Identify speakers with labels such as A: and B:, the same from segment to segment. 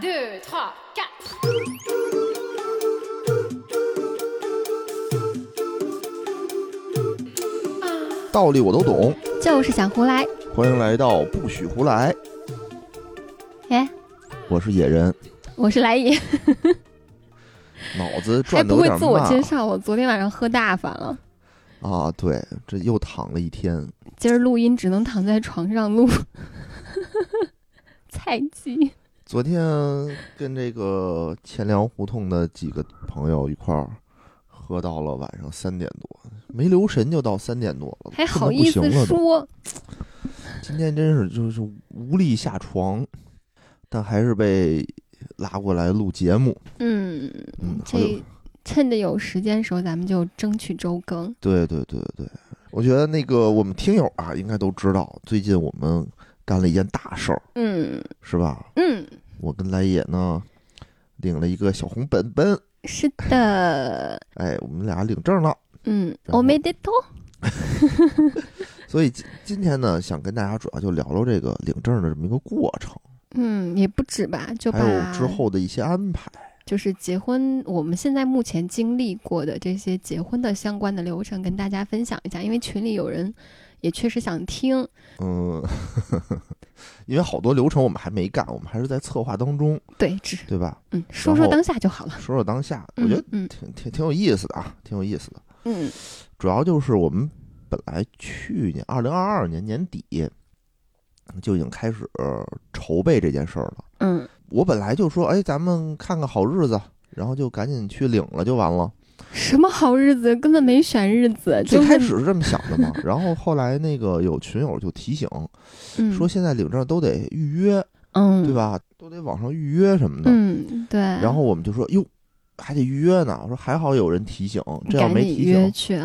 A: 2, 3, 4.
B: 道理我都懂。
C: 就是想胡来。
B: 欢迎来到不许胡来，
C: 哎，
B: 我是野人，
C: 我是来也，
B: 脑子
C: 还
B: 转的有
C: 不会
B: 点
C: 自我
B: 慢
C: 介绍。我昨天晚上喝大发了，
B: 啊。对，这又躺了一天。
C: 今儿录音只能躺在床上录。菜鸡，
B: 昨天跟这个钱粮胡同的几个朋友一块儿喝到了晚上三点多，没留神就到三点多了，困
C: 还好
B: 得不
C: 意
B: 行
C: 思
B: 了都。
C: 说？
B: 今天真是就是无力下床，但还是被拉过来录节目。
C: 嗯，
B: 嗯，好久
C: 这趁着有时间的时候，咱们就争取周更。
B: 对对对对，我觉得那个我们听友啊，应该都知道，最近我们干了一件大事儿，
C: 嗯
B: 是吧？
C: 嗯，
B: 我跟来也呢，领了一个小红本本，
C: 是的，
B: 哎，我们俩领证了。
C: 嗯，
B: 然后
C: 我没得多。
B: 所以今今天呢，想跟大家主要就聊聊这个领证的这么一个过程，
C: 嗯，也不止吧，就把
B: 还有之后的一些安排。
C: 就是结婚，我们现在目前经历过的这些结婚的相关的流程，跟大家分享一下，因为群里有人也确实想听。
B: 嗯， 因为好多流程我们还没干，我们还是在策划当中，
C: 对，只
B: 对吧？
C: 嗯说说
B: 然后
C: 当下就好了。
B: 说说当下，我
C: 嗯
B: 觉得
C: 嗯
B: 挺挺挺有意思的啊，挺有意思的。
C: 嗯
B: 主要就是我们本来去年二零二二年年底就已经开始筹备这件事儿了。
C: 嗯，
B: 我本来就说，哎，咱们看看好日子，然后就赶紧去领了就完了。
C: 什么好日子，根本没选日子，
B: 最
C: 就
B: 开
C: 是
B: 始是这么想的 嘛，然后后来那个有群友就提醒
C: 嗯
B: 说，现在领证都得预约，
C: 嗯
B: 对？吧？都得网上预约什么的。
C: 嗯，对。
B: 然后我们就说，哟，还得预约呢。我说还好有人提醒，这要
C: 赶
B: 没
C: 紧
B: 提
C: 约
B: 醒，
C: 去，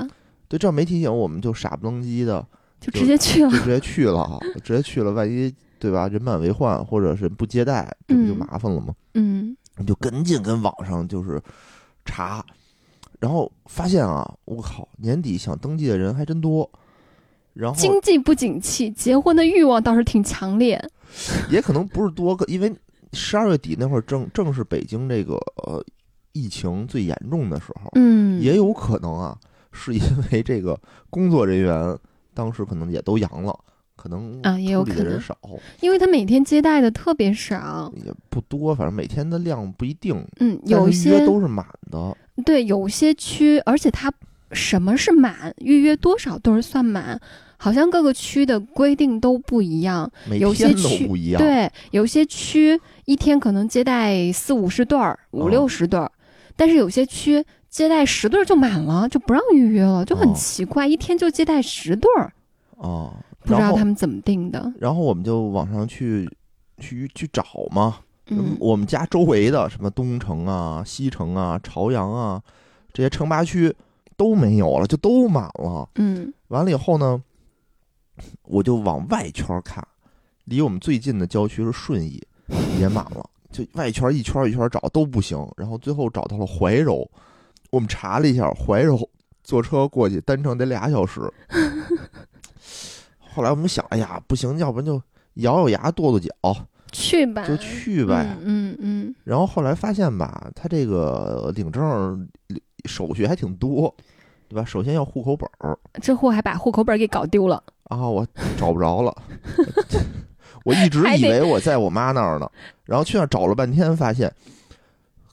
B: 对，这要没提醒，我们就傻不愣叽的
C: 就直接去了
B: 就。直接去了啊，直接去了，万一对吧，人满为患，或者是不接待，这不就
C: 嗯
B: 麻烦了吗？
C: 嗯
B: 你就赶紧跟网上就是查，然后发现啊，我靠，年底想登记的人还真多，然后
C: 经济不景气，结婚的欲望倒是挺强烈。
B: 也可能不是多个，因为十二月底那会儿正正是北京这个呃疫情最严重的时候，
C: 嗯，
B: 也有可能啊，是因为这个工作人员当时可能也都阳了。可能
C: 啊也有
B: 处理
C: 可
B: 的人
C: 能
B: 少，
C: 因为他每天接待的特别少。
B: 也不多，反正每天的量不一定，
C: 嗯，
B: 但
C: 有一
B: 是
C: 些
B: 约都是满的。
C: 对，有些区，而且它什么是满，预约多少都是算满，好像各个区的规定都不一样。
B: 每
C: 有些
B: 天都
C: 区
B: 不一样。，
C: 对，有些区一天可能接待四五十对儿、五
B: 嗯
C: 六十对儿，但是有些区接待十对儿就满了，就不让预约了，就很
B: 哦
C: 奇怪，一天就接待十对儿，
B: 啊，
C: 不知
B: 然
C: 道
B: 后
C: 他们怎么定的。
B: 然后我们就网上去去去找嘛，
C: 嗯，
B: 我们家周围的什么东城啊、西城啊、朝阳啊这些城八区都没有了，就都满了。
C: 嗯
B: 完了以后呢，我就往外圈看，离我们最近的郊区是顺义，也满了。就外圈一圈一圈找都不行，然后最后找到了怀柔。我们查了一下，怀柔坐车过去单程得俩小时。后来我们想，哎呀，不行，要不然就咬咬牙跺跺脚
C: 去吧，
B: 就去呗。
C: 嗯嗯
B: 然后后来发现吧，他这个领证儿手续还挺多，对吧？首先要户口本儿，
C: 嗯，这货还把户口本儿给搞丢了，
B: 啊，我找不着了。 我一直
C: 还
B: 以
C: 得
B: 为我在我妈那儿呢，然后去那儿找了半天，发现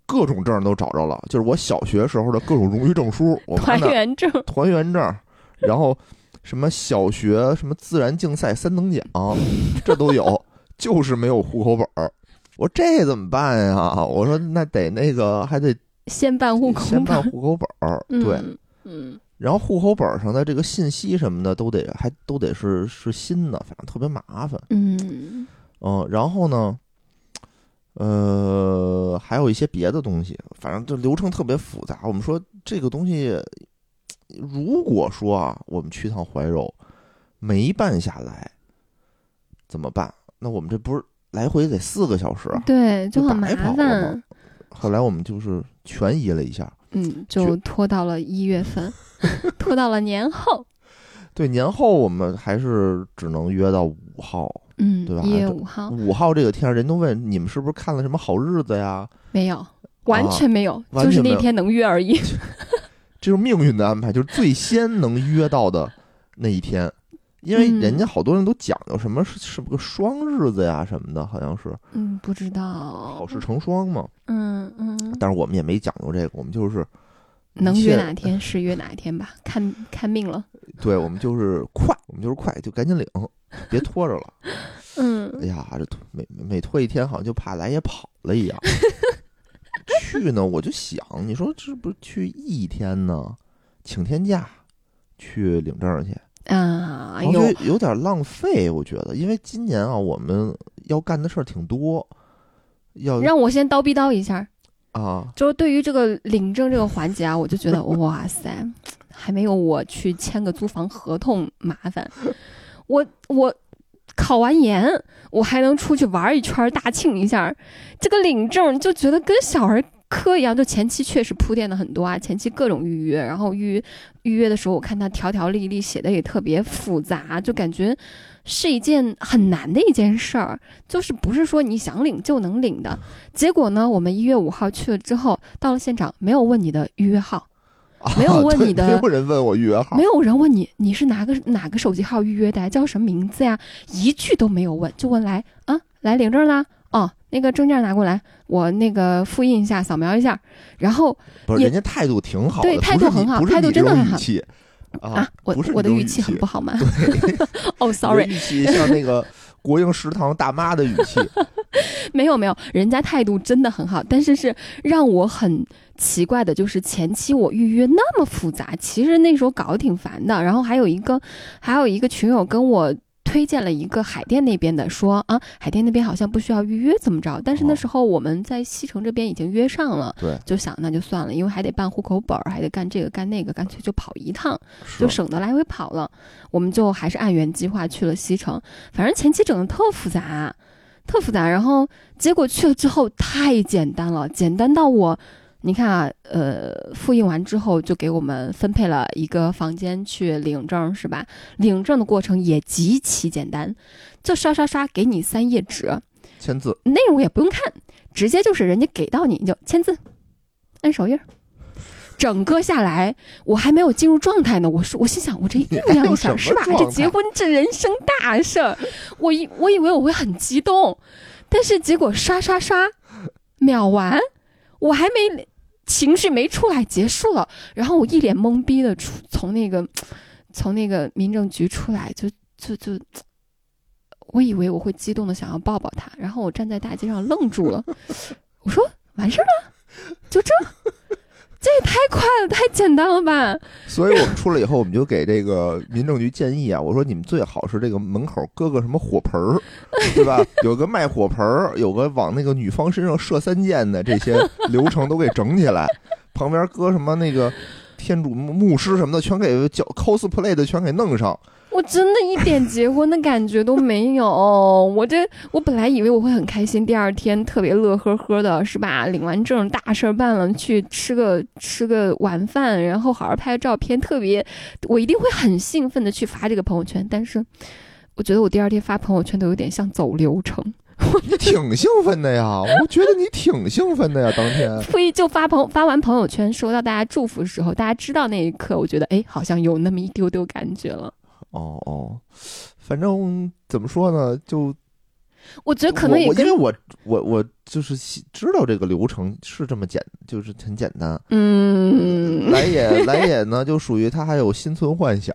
B: 各种证都找着了，就是我小学时候的各种荣誉证书，我妈
C: 团
B: 那儿
C: 圆证。
B: 团员证，然后什么小学什么自然竞赛三等奖，这都有，就是没有户口本儿。我这怎么办呀？我说那得那个还得
C: 先办户口
B: 先
C: 本
B: 办
C: 儿，
B: 户口本儿，
C: 嗯
B: 对，，
C: 嗯
B: 然后户口本上的这个信息什么的都得还都得是是新的，反正特别麻烦。
C: 嗯
B: 嗯，然后呢，呃，还有一些别的东西，反正这流程特别嗯复杂。我们说这个东西，如果说啊，我们去趟怀柔没办下来，怎么办？那我们这不是来回得四个小时啊？
C: 对，
B: 就
C: 就很麻
B: 白跑了
C: 烦
B: 嘛。后来我们就是权宜了一下，
C: 嗯，就拖到了一月份，拖到了年后。
B: 对，年后我们还是只能约到五号。
C: 嗯，
B: 对吧
C: 一月
B: 这
C: 五号
B: 五号这个天儿，人都问你们是不是看了什么好日子呀？
C: 没有，完全没有，
B: 啊完全
C: 就是
B: 没
C: 那
B: 有
C: 天能约 而已。
B: 这是命运的安排，就是最先能约到的那一天。因为
C: 嗯
B: 人家好多人都讲究什么是是不是个双日子呀什么的，好像是
C: 嗯，不知
B: 好
C: 道。
B: 事成双嘛。
C: 嗯嗯，
B: 但是我们也没讲究这个，我们就是
C: 能
B: 一切
C: 约哪天是约哪天吧，看看命了。
B: 对，我们就是快，我们就是快，就赶紧领，别拖着了。哎
C: 嗯，
B: 呀，这拖每每每拖一天，好像就怕来也跑了一样。 去呢，我就想，你说这不是去一天呢，请天假去领证去，
C: 啊，哎
B: 我觉
C: 呦，
B: 得有点浪费。我觉得，因为今年啊，我们要干的事儿挺多，要
C: 让我先叨逼叨一下，
B: 啊，
C: 就是对于这个领证这个环节啊，我就觉得哇塞，还没有我去签个租房合同麻烦。我我考完研，我还能出去玩一圈，大庆一下。这个领证就觉得跟小儿科一样，就前期确实铺垫的很多啊，前期各种预约，然后预预约的时候，我看他条条例例写的也特别复杂，就感觉是一件很难的一件事儿，就是不是说你想领就能领的。结果呢，我们一月五号去了之后，到了现场没有问你的预约号，没有问
B: 啊对
C: 你的
B: 没有人问我预约号
C: 没，有人问你你是哪个哪个手机号预约的呀，叫什么名字呀，一句都没有问，就问来啊来领证啦，哦那个证件拿过来，我那个复印一下，扫描一下，然后
B: 不是
C: 也
B: 人家态度挺好的，
C: 对
B: 不是
C: 态度
B: 你
C: 很好
B: 不是
C: 态度
B: 你
C: 真的
B: 这种
C: 很
B: 语
C: 好
B: 气
C: 啊
B: 啊，
C: 我
B: 不是
C: 我的
B: 你这种
C: 语气很
B: 气
C: 不好吗？ 哦，sorry，
B: 你的语气像那个国营食堂大妈的语 气，
C: 没有没有，人家态度真的很好，但是是让我很奇怪的，就是前期我预约那么复杂，其实那时候搞得挺烦的。然后还有一个，还有一个群友跟我。推荐了一个海淀那边的，说啊，海淀那边好像不需要预约，怎么着？但是那
B: 哦
C: 时候我们在西城这边已经约上了，
B: 对，
C: 就想那就算了，因为还得办户口本儿，还得干这个干那个，干脆就跑一趟。
B: 是
C: 就省得来回跑了。我们就还是按原计划去了西城，反正前期整的特复杂，特复杂。然后结果去了之后太简单了，简单到我，你看啊，呃，复印完之后就给我们分配了一个房间去领证，是吧？领证的过程也极其简单，就刷刷刷给你三页纸，
B: 签字，
C: 内容也不用看，直接就是人家给到你，你就签字，按手印儿。整个下来，我还没有进入状态呢。我说，我心想，我这酝酿
B: 你还
C: 一下
B: 有什么
C: 是吧？
B: 状态
C: 这结婚这人生大事儿，我以我以为我会很激动，但是结果刷刷刷，秒完，我还没情绪没出来，结束了。然后我一脸懵逼的出从那个从那个民政局出来，就就就，我以为我会激动的想要抱抱他，然后我站在大街上愣住了，我说完事儿了，就这，这也太快了，太简单了吧？
B: 所以我们出来以后，我们就给这个民政局建议啊，我说你们最好是这个门口搁个什么火盆儿， 对吧？有个卖火盆儿，有个往那个女方身上射三箭的这些流程都给整起来，旁边搁什么那个天主牧牧师什么的，全给叫 cosplay 的全给弄上，
C: 我真的一点结婚的感觉都没有，我这我本来以为我会很开心，第二天特别乐呵呵的，是吧？领完证大事儿办了，去吃个吃个晚饭，然后好好拍照片，特别我一定会很兴奋的去发这个朋友圈，但是我觉得我第二天发朋友圈都有点像走流程。
B: 你挺兴奋的呀，我觉得你挺兴奋的呀，当天。
C: 所以就发朋发完朋友圈，收到大家祝福的时候，大家知道那一刻，我觉得哎，好像有那么一丢丢感觉了。
B: 哦哦，反正怎么说呢，就
C: 我觉得可能
B: 我
C: 也
B: 我因
C: 跟
B: 为我我我就是喜知道这个流程是这么简，就是很简 单。
C: 嗯，
B: 来也来也呢，就属于他还有心存幻 想，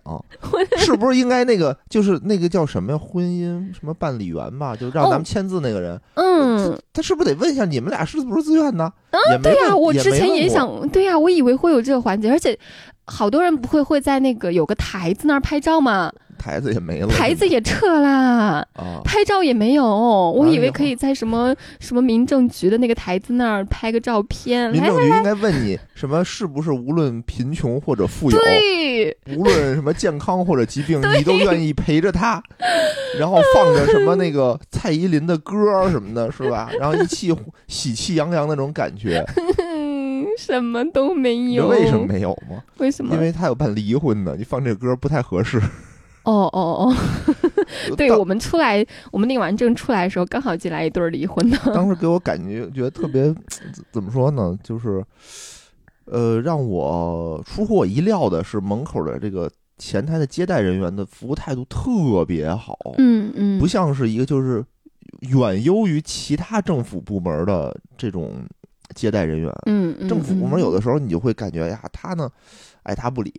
B: 是不是应该那个就是那个叫什么呀？婚姻什么办理员吧，就让咱们签字那个人，
C: 哦嗯，啊
B: 他是不是得问一下你们俩是不是自愿呢？也没
C: 对呀、
B: 问
C: 我之前
B: 没
C: 也
B: 问过
C: 想，对呀、啊我以为会有这个环节，而且好多人不会会在那个有个台子那儿拍照嘛，
B: 台子也没了，
C: 台子也撤啦，
B: 啊，
C: 拍照也没有，我
B: 完了
C: 以为
B: 以后
C: 可以在什么什么民政局的那个台子那儿拍个照片，
B: 民
C: 来
B: 政局应该问你什么是不是无论贫穷或者富有，
C: 对。
B: 无论什么健康或者疾病，你都愿意陪着他，然后放着什么那个蔡依林的歌儿什么的，是吧？然后一气喜气洋洋那种感 觉，
C: 嗯， 什么都没
B: 你知
C: 有。
B: 道为什么？没有吗？
C: 为什么？
B: 因为他有办离婚的，你放这歌不太合适。
C: 哦哦 哦， 对
B: 当
C: 我们出来，我们领完证出来的时候，刚好进来一对儿离婚的。
B: 当时给我感觉觉得特别怎怎么说呢，就是呃，让我出乎我意料的是，门口的这个前台的接待人员的服务态度特别好，
C: 嗯嗯，
B: 不像是一个就是远优于其他政府部门的这种接待人员。
C: 嗯嗯，
B: 政府部门有的时候你就会感觉呀，他呢爱答不理，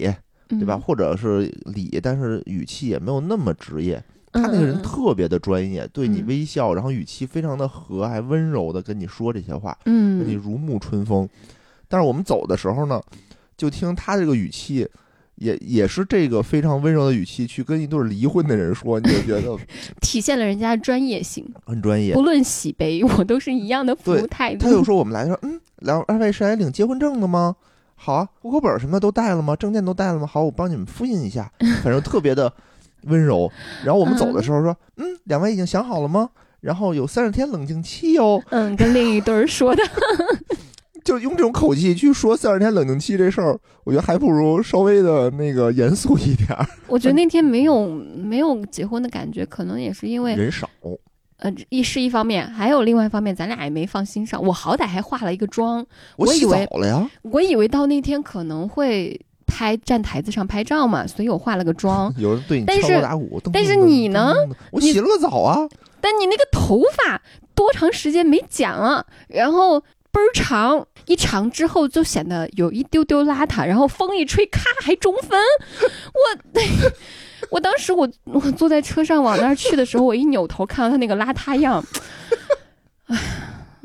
C: 对
B: 对吧？？或者是理，但是语气也没有那么职业。
C: 嗯
B: 他那个人
C: 嗯
B: 特别的专业，对你
C: 嗯
B: 微笑，然后语气非常的和蔼温柔的跟你说这些话，跟你
C: 嗯
B: 如沐春风。但是我们走的时候呢，就听他这个语气，也也是这个非常温柔的语气去跟一对离婚的人说，你就觉得
C: 体现了人家的专业性，
B: 很专业
C: 不。论喜悲，我都是一样的服务
B: 对
C: 态
B: 他又
C: 度。
B: 说我们来说，嗯，两二位是来领结婚证的吗？好啊，户口本什么的都带了吗？证件都带了吗？好，我帮你们复印一下，反正特别的温柔。然后我们走的时候说，嗯，两位已经想好了吗？然后有三十天冷静期哦，
C: 嗯，跟另一对儿说的，
B: 就用这种口气去说三十天冷静期这事儿，我觉得还不如稍微的那个严肃一点儿。
C: 我觉得那天没有没有结婚的感觉，可能也是因为
B: 人少，
C: 呃，一是一方面，还有另外一方面，咱俩也没放心上。我好歹还化了一个妆，
B: 我
C: 我
B: 洗
C: 以为
B: 澡了呀，。
C: 我以为到那天可能会拍站台子上拍照嘛，所以我化了个妆
B: 有人对你
C: 但
B: 敲
C: 是
B: 锣打鼓，噔
C: 但
B: 噔
C: 是
B: 噔
C: 你
B: 噔
C: 呢
B: 噔噔我
C: 你
B: 洗了个澡啊，
C: 但你那个头发多长时间没剪啊？然后倍儿长，一长之后就显得有一丢丢邋遢，然后风一吹，咔还中 分。我， 我当时我我坐在车上往那儿去的时候，我一扭头看到他那个邋遢样，唉，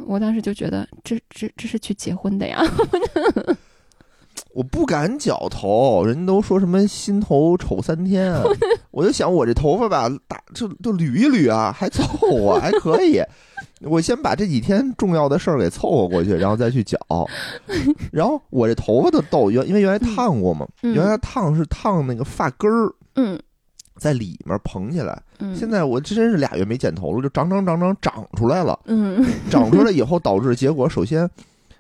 C: 我当时就觉得这这这是去结婚的呀。
B: 我不敢绞头，人都说什么心头丑三天，啊 我就想我这头发吧，打就就捋一捋啊，还凑合， 还可以。我先把这几天重要的事儿给凑合过去，然后再去绞。然后我这头发都逗，原因为原来烫过嘛，
C: 嗯嗯
B: 原来烫是烫那个发根儿
C: 嗯
B: 在里面蓬起来，
C: 嗯，
B: 现在我真是俩月没剪头了，就长长长长长出来了。
C: 嗯
B: 长出来以后导致结果，首先，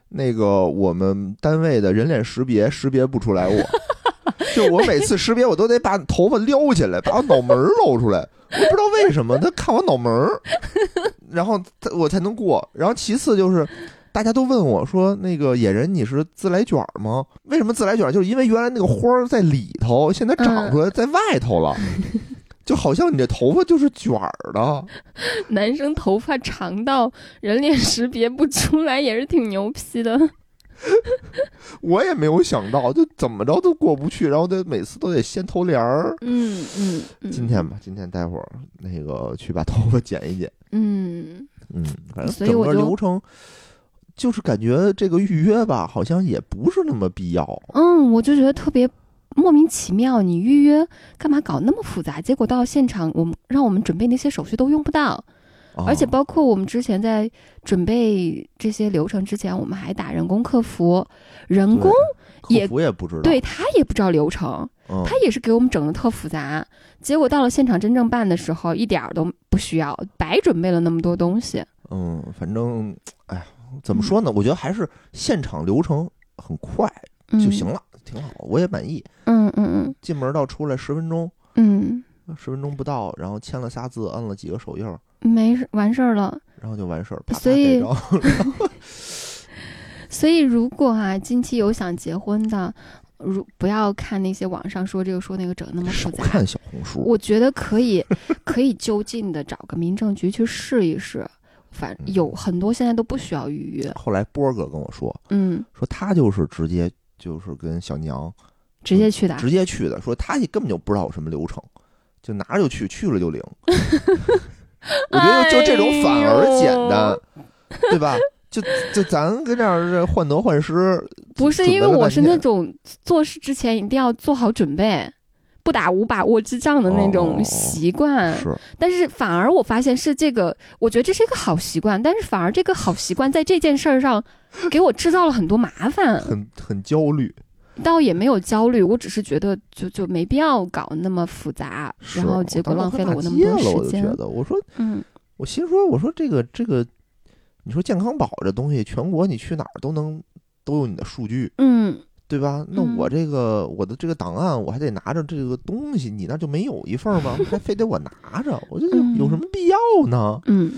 B: 那个我们单位的人脸识别识别不出来我，就我每次识别我都得把头发撩起来，把我脑门儿露出来，我不知道为什么他看我脑门儿，然后他我才能过。然后其次就是。大家都问我说：“那个野人，你是自来卷儿吗？为什么自来卷儿？就是因为原来那个花儿在里头，现在长出来在外头了，就好像你这头发就是卷儿的。
C: 男生头发长到人脸识别不出来，也是挺牛批的。
B: 我也没有想到，就怎么着都过不去，然后得每次都得先头帘儿。
C: 嗯嗯，嗯
B: 今天吧，今天待会儿那个去把头发剪一剪，
C: 嗯，
B: 嗯，反正
C: 所以
B: 整
C: 我
B: 个
C: 就
B: 流程就是感觉这个预约吧，好像也不是那么必要。
C: 嗯，我就觉得特别莫名其妙，你预约干嘛搞那么复杂？结果到现场，我们让我们准备那些手续都用不到，
B: 啊
C: 而且包括我们之前在准备这些流程之前，我们还打人工客服，人工
B: 对
C: 也
B: 客服也不知道，
C: 对他也不知道流程，
B: 嗯，
C: 他也是给我们整的特复杂。结果到了现场真正办的时候，一点儿都不需要，白准备了那么多东西。
B: 嗯，反正哎呀，怎么说呢？我觉得还是现场流程很快
C: 嗯
B: 就行了，挺好，我也满意。
C: 嗯嗯
B: 进门到出来十分钟，
C: 嗯
B: 十分钟不到，然后签了仨字，摁了几个手印儿。
C: 嗯，没事完事儿了。
B: 然后就完事儿，啪啪
C: 所
B: 盖
C: 以
B: 章
C: 所以，如果啊，近期有想结婚的，如不要看那些网上说这个说那个整得 那么
B: 少
C: 复杂，
B: 看小红书。
C: 我觉得可 以，可以就近的找个民政局去试一试。反
B: 嗯
C: 有很多现在都不需要预约，
B: 后来波儿哥跟我说，
C: 嗯，
B: 说他就是直接就是跟小娘
C: 直接去的啊。
B: 直接去的，说他也根本就不知道有什么流程，就拿着就去，去了就领。 我觉得就这种
C: 哎
B: 反而简单，对吧？就就咱跟这儿患得患失，
C: 不是
B: 准
C: 因为
B: 备了
C: 我
B: 半
C: 是那
B: 天
C: 种做事之前一定要做好准备，不打无把握之仗的那
B: 哦哦哦
C: 种习惯。
B: 是
C: 但是反而我发现是这个，我觉得这是一个好习惯，但是反而这个好习惯在这件事儿上给我制造了很多麻烦，
B: 很很焦虑。
C: 倒也没有焦虑，我只是觉得就就没必要搞那么复杂，
B: 是
C: 然后结果浪费了我那么
B: 当
C: 多
B: 时快骂街了我就
C: 时
B: 觉
C: 间。
B: 得，我说
C: 嗯
B: 我心说，我说这个这个，你说健康宝这东西，全国你去哪儿都能都有你的数据，
C: 嗯
B: 对吧？那
C: 嗯
B: 我这个、我的这个档案，我还得拿着这个东西，你那就没有一份儿吗？还非得我拿着， 我觉得
C: 嗯
B: 有什么必要呢？
C: 嗯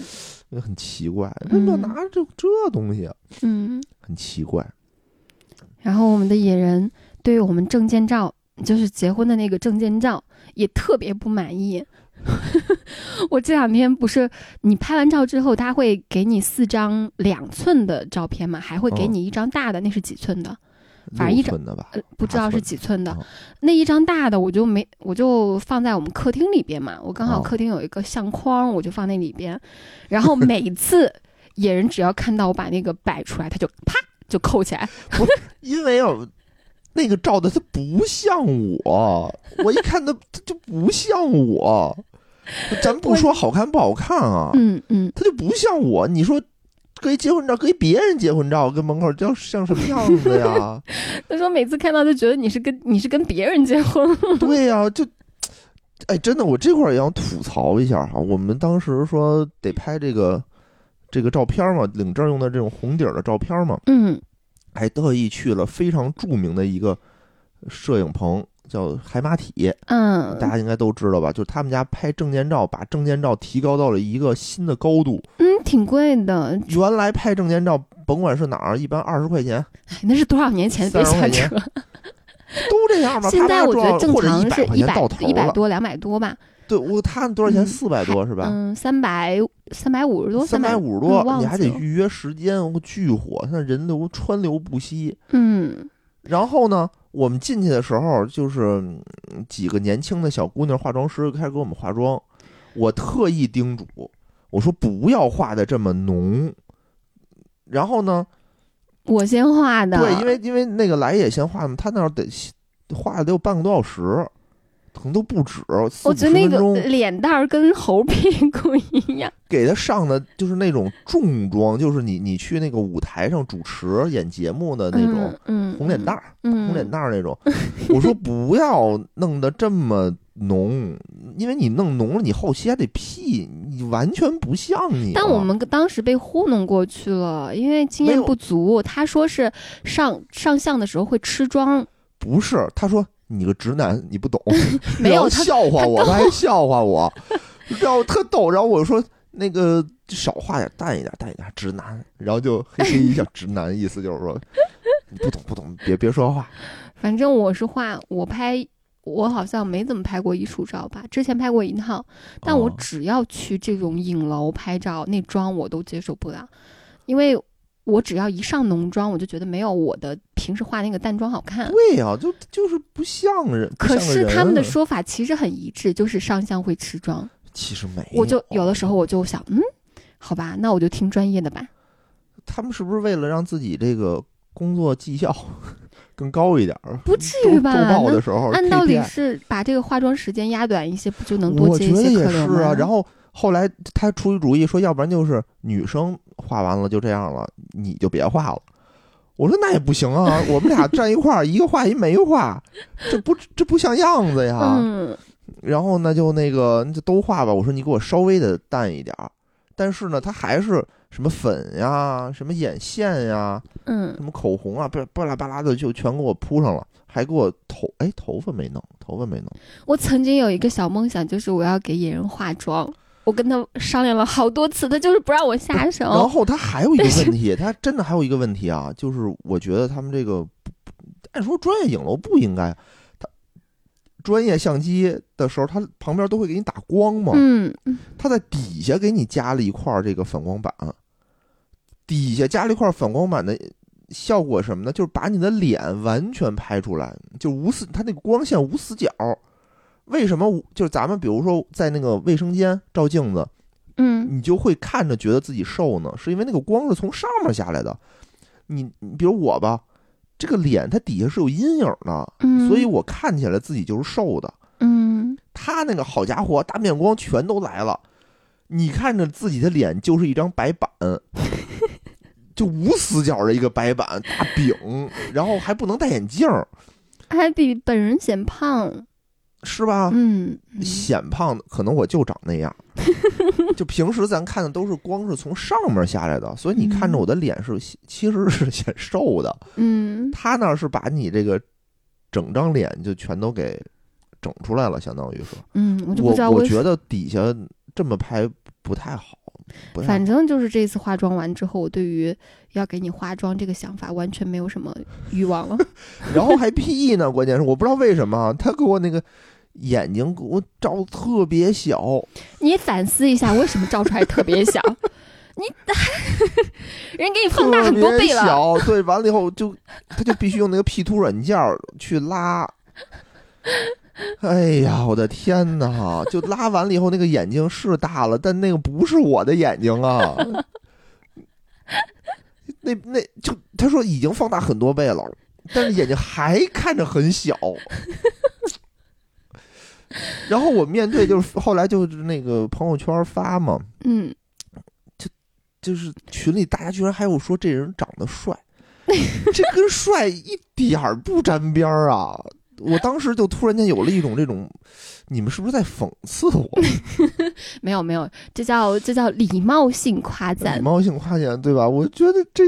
B: 就很奇怪，为什
C: 嗯
B: 么要拿着这这东西？啊
C: 嗯。
B: 很奇怪。
C: 然后我们的野人对于我们证件照，就是结婚的那个证件照，也特别不满意。 我这两天不是你拍完照之后，他会给你四张两寸的照片嘛，还会
B: 哦
C: 给你一张大的，那是几寸的？反正一
B: 六
C: 整
B: 寸的吧
C: 呃，不知道是几寸的
B: 哦。
C: 那一张大的我就没，我就放在我们客厅里边嘛。我刚好
B: 哦
C: 客厅有一个相框，我就放那里边。然后每 次野人只要看到我把那个摆出来，他就啪就扣起来。
B: 因为啊，那个照的他不像我，我一看他他就不像我。咱不说好看不好看啊，
C: 嗯嗯。
B: 他就不像我。你说跟一结婚照，跟一别人结婚照，跟门口叫像什么样子呀？
C: 他说每次看到就觉得你是跟你是跟别人结婚了。
B: 对呀、就。哎，真的，我这块儿也想吐槽一下哈。我们当时说得拍这个这个照片嘛，领证用的这种红底儿的照片嘛，
C: 嗯
B: 还特意去了非常著名的一个摄影棚，叫海马体，
C: 嗯
B: 大家应该都知道吧？就是他们家拍证件照，把证件照提高到了一个新的高度。
C: 嗯，挺贵的，
B: 原来拍证件照，甭管是哪儿，一般二十块钱
C: 哎那是多少年前？别
B: 30
C: 瞎
B: 块
C: 扯
B: 钱。都这样吧。
C: 现在
B: 啪啪
C: 我觉得
B: 撞
C: 正
B: 或者
C: 常是
B: 100块
C: 一
B: 钱
C: 百
B: 到头
C: 一百
B: 了。
C: 多两百多吧，
B: 对，我他们多少钱？
C: 嗯
B: 四百多是吧？
C: 嗯，三百三百五十多，
B: 三
C: 百嗯
B: 百五十多，
C: 忘
B: 你
C: 记
B: 还得
C: 了
B: 预约时间，我巨火，现在人流川流不息。
C: 嗯
B: 然后呢，我们进去的时候，就是嗯几个年轻的小姑娘化妆师开始给我们化妆。我特意叮嘱我说不要化的这么浓。然后呢，
C: 我先画的，
B: 对，因为因为那个来也先化嘛，他那儿得化了得有半个多小时，可能都不止，四
C: 我
B: 五十
C: 觉得那
B: 分
C: 个呃
B: 钟。
C: 脸蛋儿跟猴屁股一样，
B: 给他上的就是那种重妆，就是你你去那个舞台上主持演节目的 那种
C: 嗯嗯
B: 红脸蛋儿。
C: 嗯
B: 红脸蛋儿那 种。我说不要弄得这么浓，因为你弄浓了，你后期还得 P，你完全不像你了。
C: 但我们当时被糊弄过去了，因为经验
B: 没有
C: 不足。他说是上上相的时候会吃 妆，
B: 不是，他说你个直男，你不懂，
C: 没有
B: 然后
C: 他
B: 笑话我，他还笑话我，然后特逗，然后我说。那个少画点，淡一点，淡一点，直男，然后就嘿嘿一笑，直男意思就是说，你不懂不懂，别别说话，
C: 反正我是画，我拍，我好像没怎么拍过艺术照吧，之前拍过一套，但我
B: 哦
C: 只要去这种影楼拍照，那妆我都接受不了，因为我只要一上浓妆，我就觉得没有我的平时画那个淡妆好看。
B: 对呀、就就是不像人。不
C: 可
B: 像个
C: 是他们的
B: 人啊哦
C: 说法其实很一致，就是上相会吃妆。
B: 其实没，
C: 我就有的
B: 哦
C: 时候我就想，嗯，好吧，那我就听专业的吧。
B: 他们是不是为了让自己这个工作绩效 更高一点儿？
C: 不至
B: 周
C: 于
B: 周
C: 吧？
B: 报
C: 那
B: 的时候，
C: 按道理
B: KPI
C: 是把这个化妆时间压短一些，不就能多
B: 我
C: 接
B: 觉
C: 一
B: 得
C: 些
B: 也
C: 客
B: 是
C: 流吗？
B: 啊。然后后来他出一主意说，要不然就是女生画完了就这样了，你就别画了。我说那也不行啊，我们俩站一块儿，一个画一没画，这不这不像样子呀。
C: 嗯，
B: 然后呢，就那个那就都画吧。我说你给我稍微的淡一点儿，但是呢，他还是什么粉呀，什么眼线呀，
C: 嗯
B: 什么口红啊，巴巴拉巴拉的就全给我铺上了，还给我头哎头发没弄，头发没弄，，
C: 我曾经有一个小梦想，就是我要给野人化妆。我跟他商量了好多次，他就是不让我下
B: 然
C: 手。
B: 后他还有一个问 题，他真的还有一个问题啊，就是我觉得他们这个，不按说专业影楼不应该，他专业相机的时候，他旁边都会给你打光嘛，
C: 嗯，
B: 他在底下给你加了一块这个反光板，底下加了一块反光板的效果什么呢？就是把你的脸完全拍出来，就无死，它那个光线无死角。为什么无？就是咱们比如说在那个卫生间照镜子，
C: 嗯
B: 你就会看着觉得自己瘦呢，是因为那个光是从上面下来的。你你比如我吧，这个脸它底下是有阴影的，
C: 嗯，
B: 所以我看起来自己就是瘦的。
C: 嗯，
B: 他那个好家伙，大面光全都来了，你看着自己的脸就是一张白板，就无死角的一个白板大饼，然后还不能戴眼镜儿，啊
C: 还比本人显胖。
B: 是吧？
C: 嗯，嗯
B: 显胖的，可能我就长那 样。就平时咱看的都是光是从上面下来的，所以你看着我的脸是其实是显瘦的，
C: 嗯，
B: 他那是把你这个整张脸就全都给整出来了，相当于说，
C: 嗯，我就不知道
B: 我
C: 为什
B: 觉得底下这么拍不太好，不太
C: 反
B: 好
C: 正就是这次化妆完之后，我对于要给你化妆这个想法完全没有什么欲望了。
B: 然后还 P E 呢，关键是我不知道为什么啊他给我那个眼睛给我照特别小，
C: 你也反思一下，为什么照出来特别小？你 人给你放大
B: 特
C: 很多
B: 别
C: 倍了，
B: 小，对，完了以后就他就必须用那个 P 图软件儿去拉。哎呀，我的天哪！就拉完了以后，那个眼睛是大了，但那个不是我的眼睛啊。那那就他说已经放大很多倍了，但是眼睛还看着很小。然后我面对就是后来就是那个朋友圈发嘛，
C: 嗯，
B: 就是群里大家居然还有说这人长得帅， 这跟帅一点儿不沾边儿啊！我当时就突然间有了一种这种，你们是不是在讽刺我？
C: 没有没有，这叫这叫礼貌性夸
B: 礼
C: 赞。
B: 貌性夸奖，对吧？我觉得这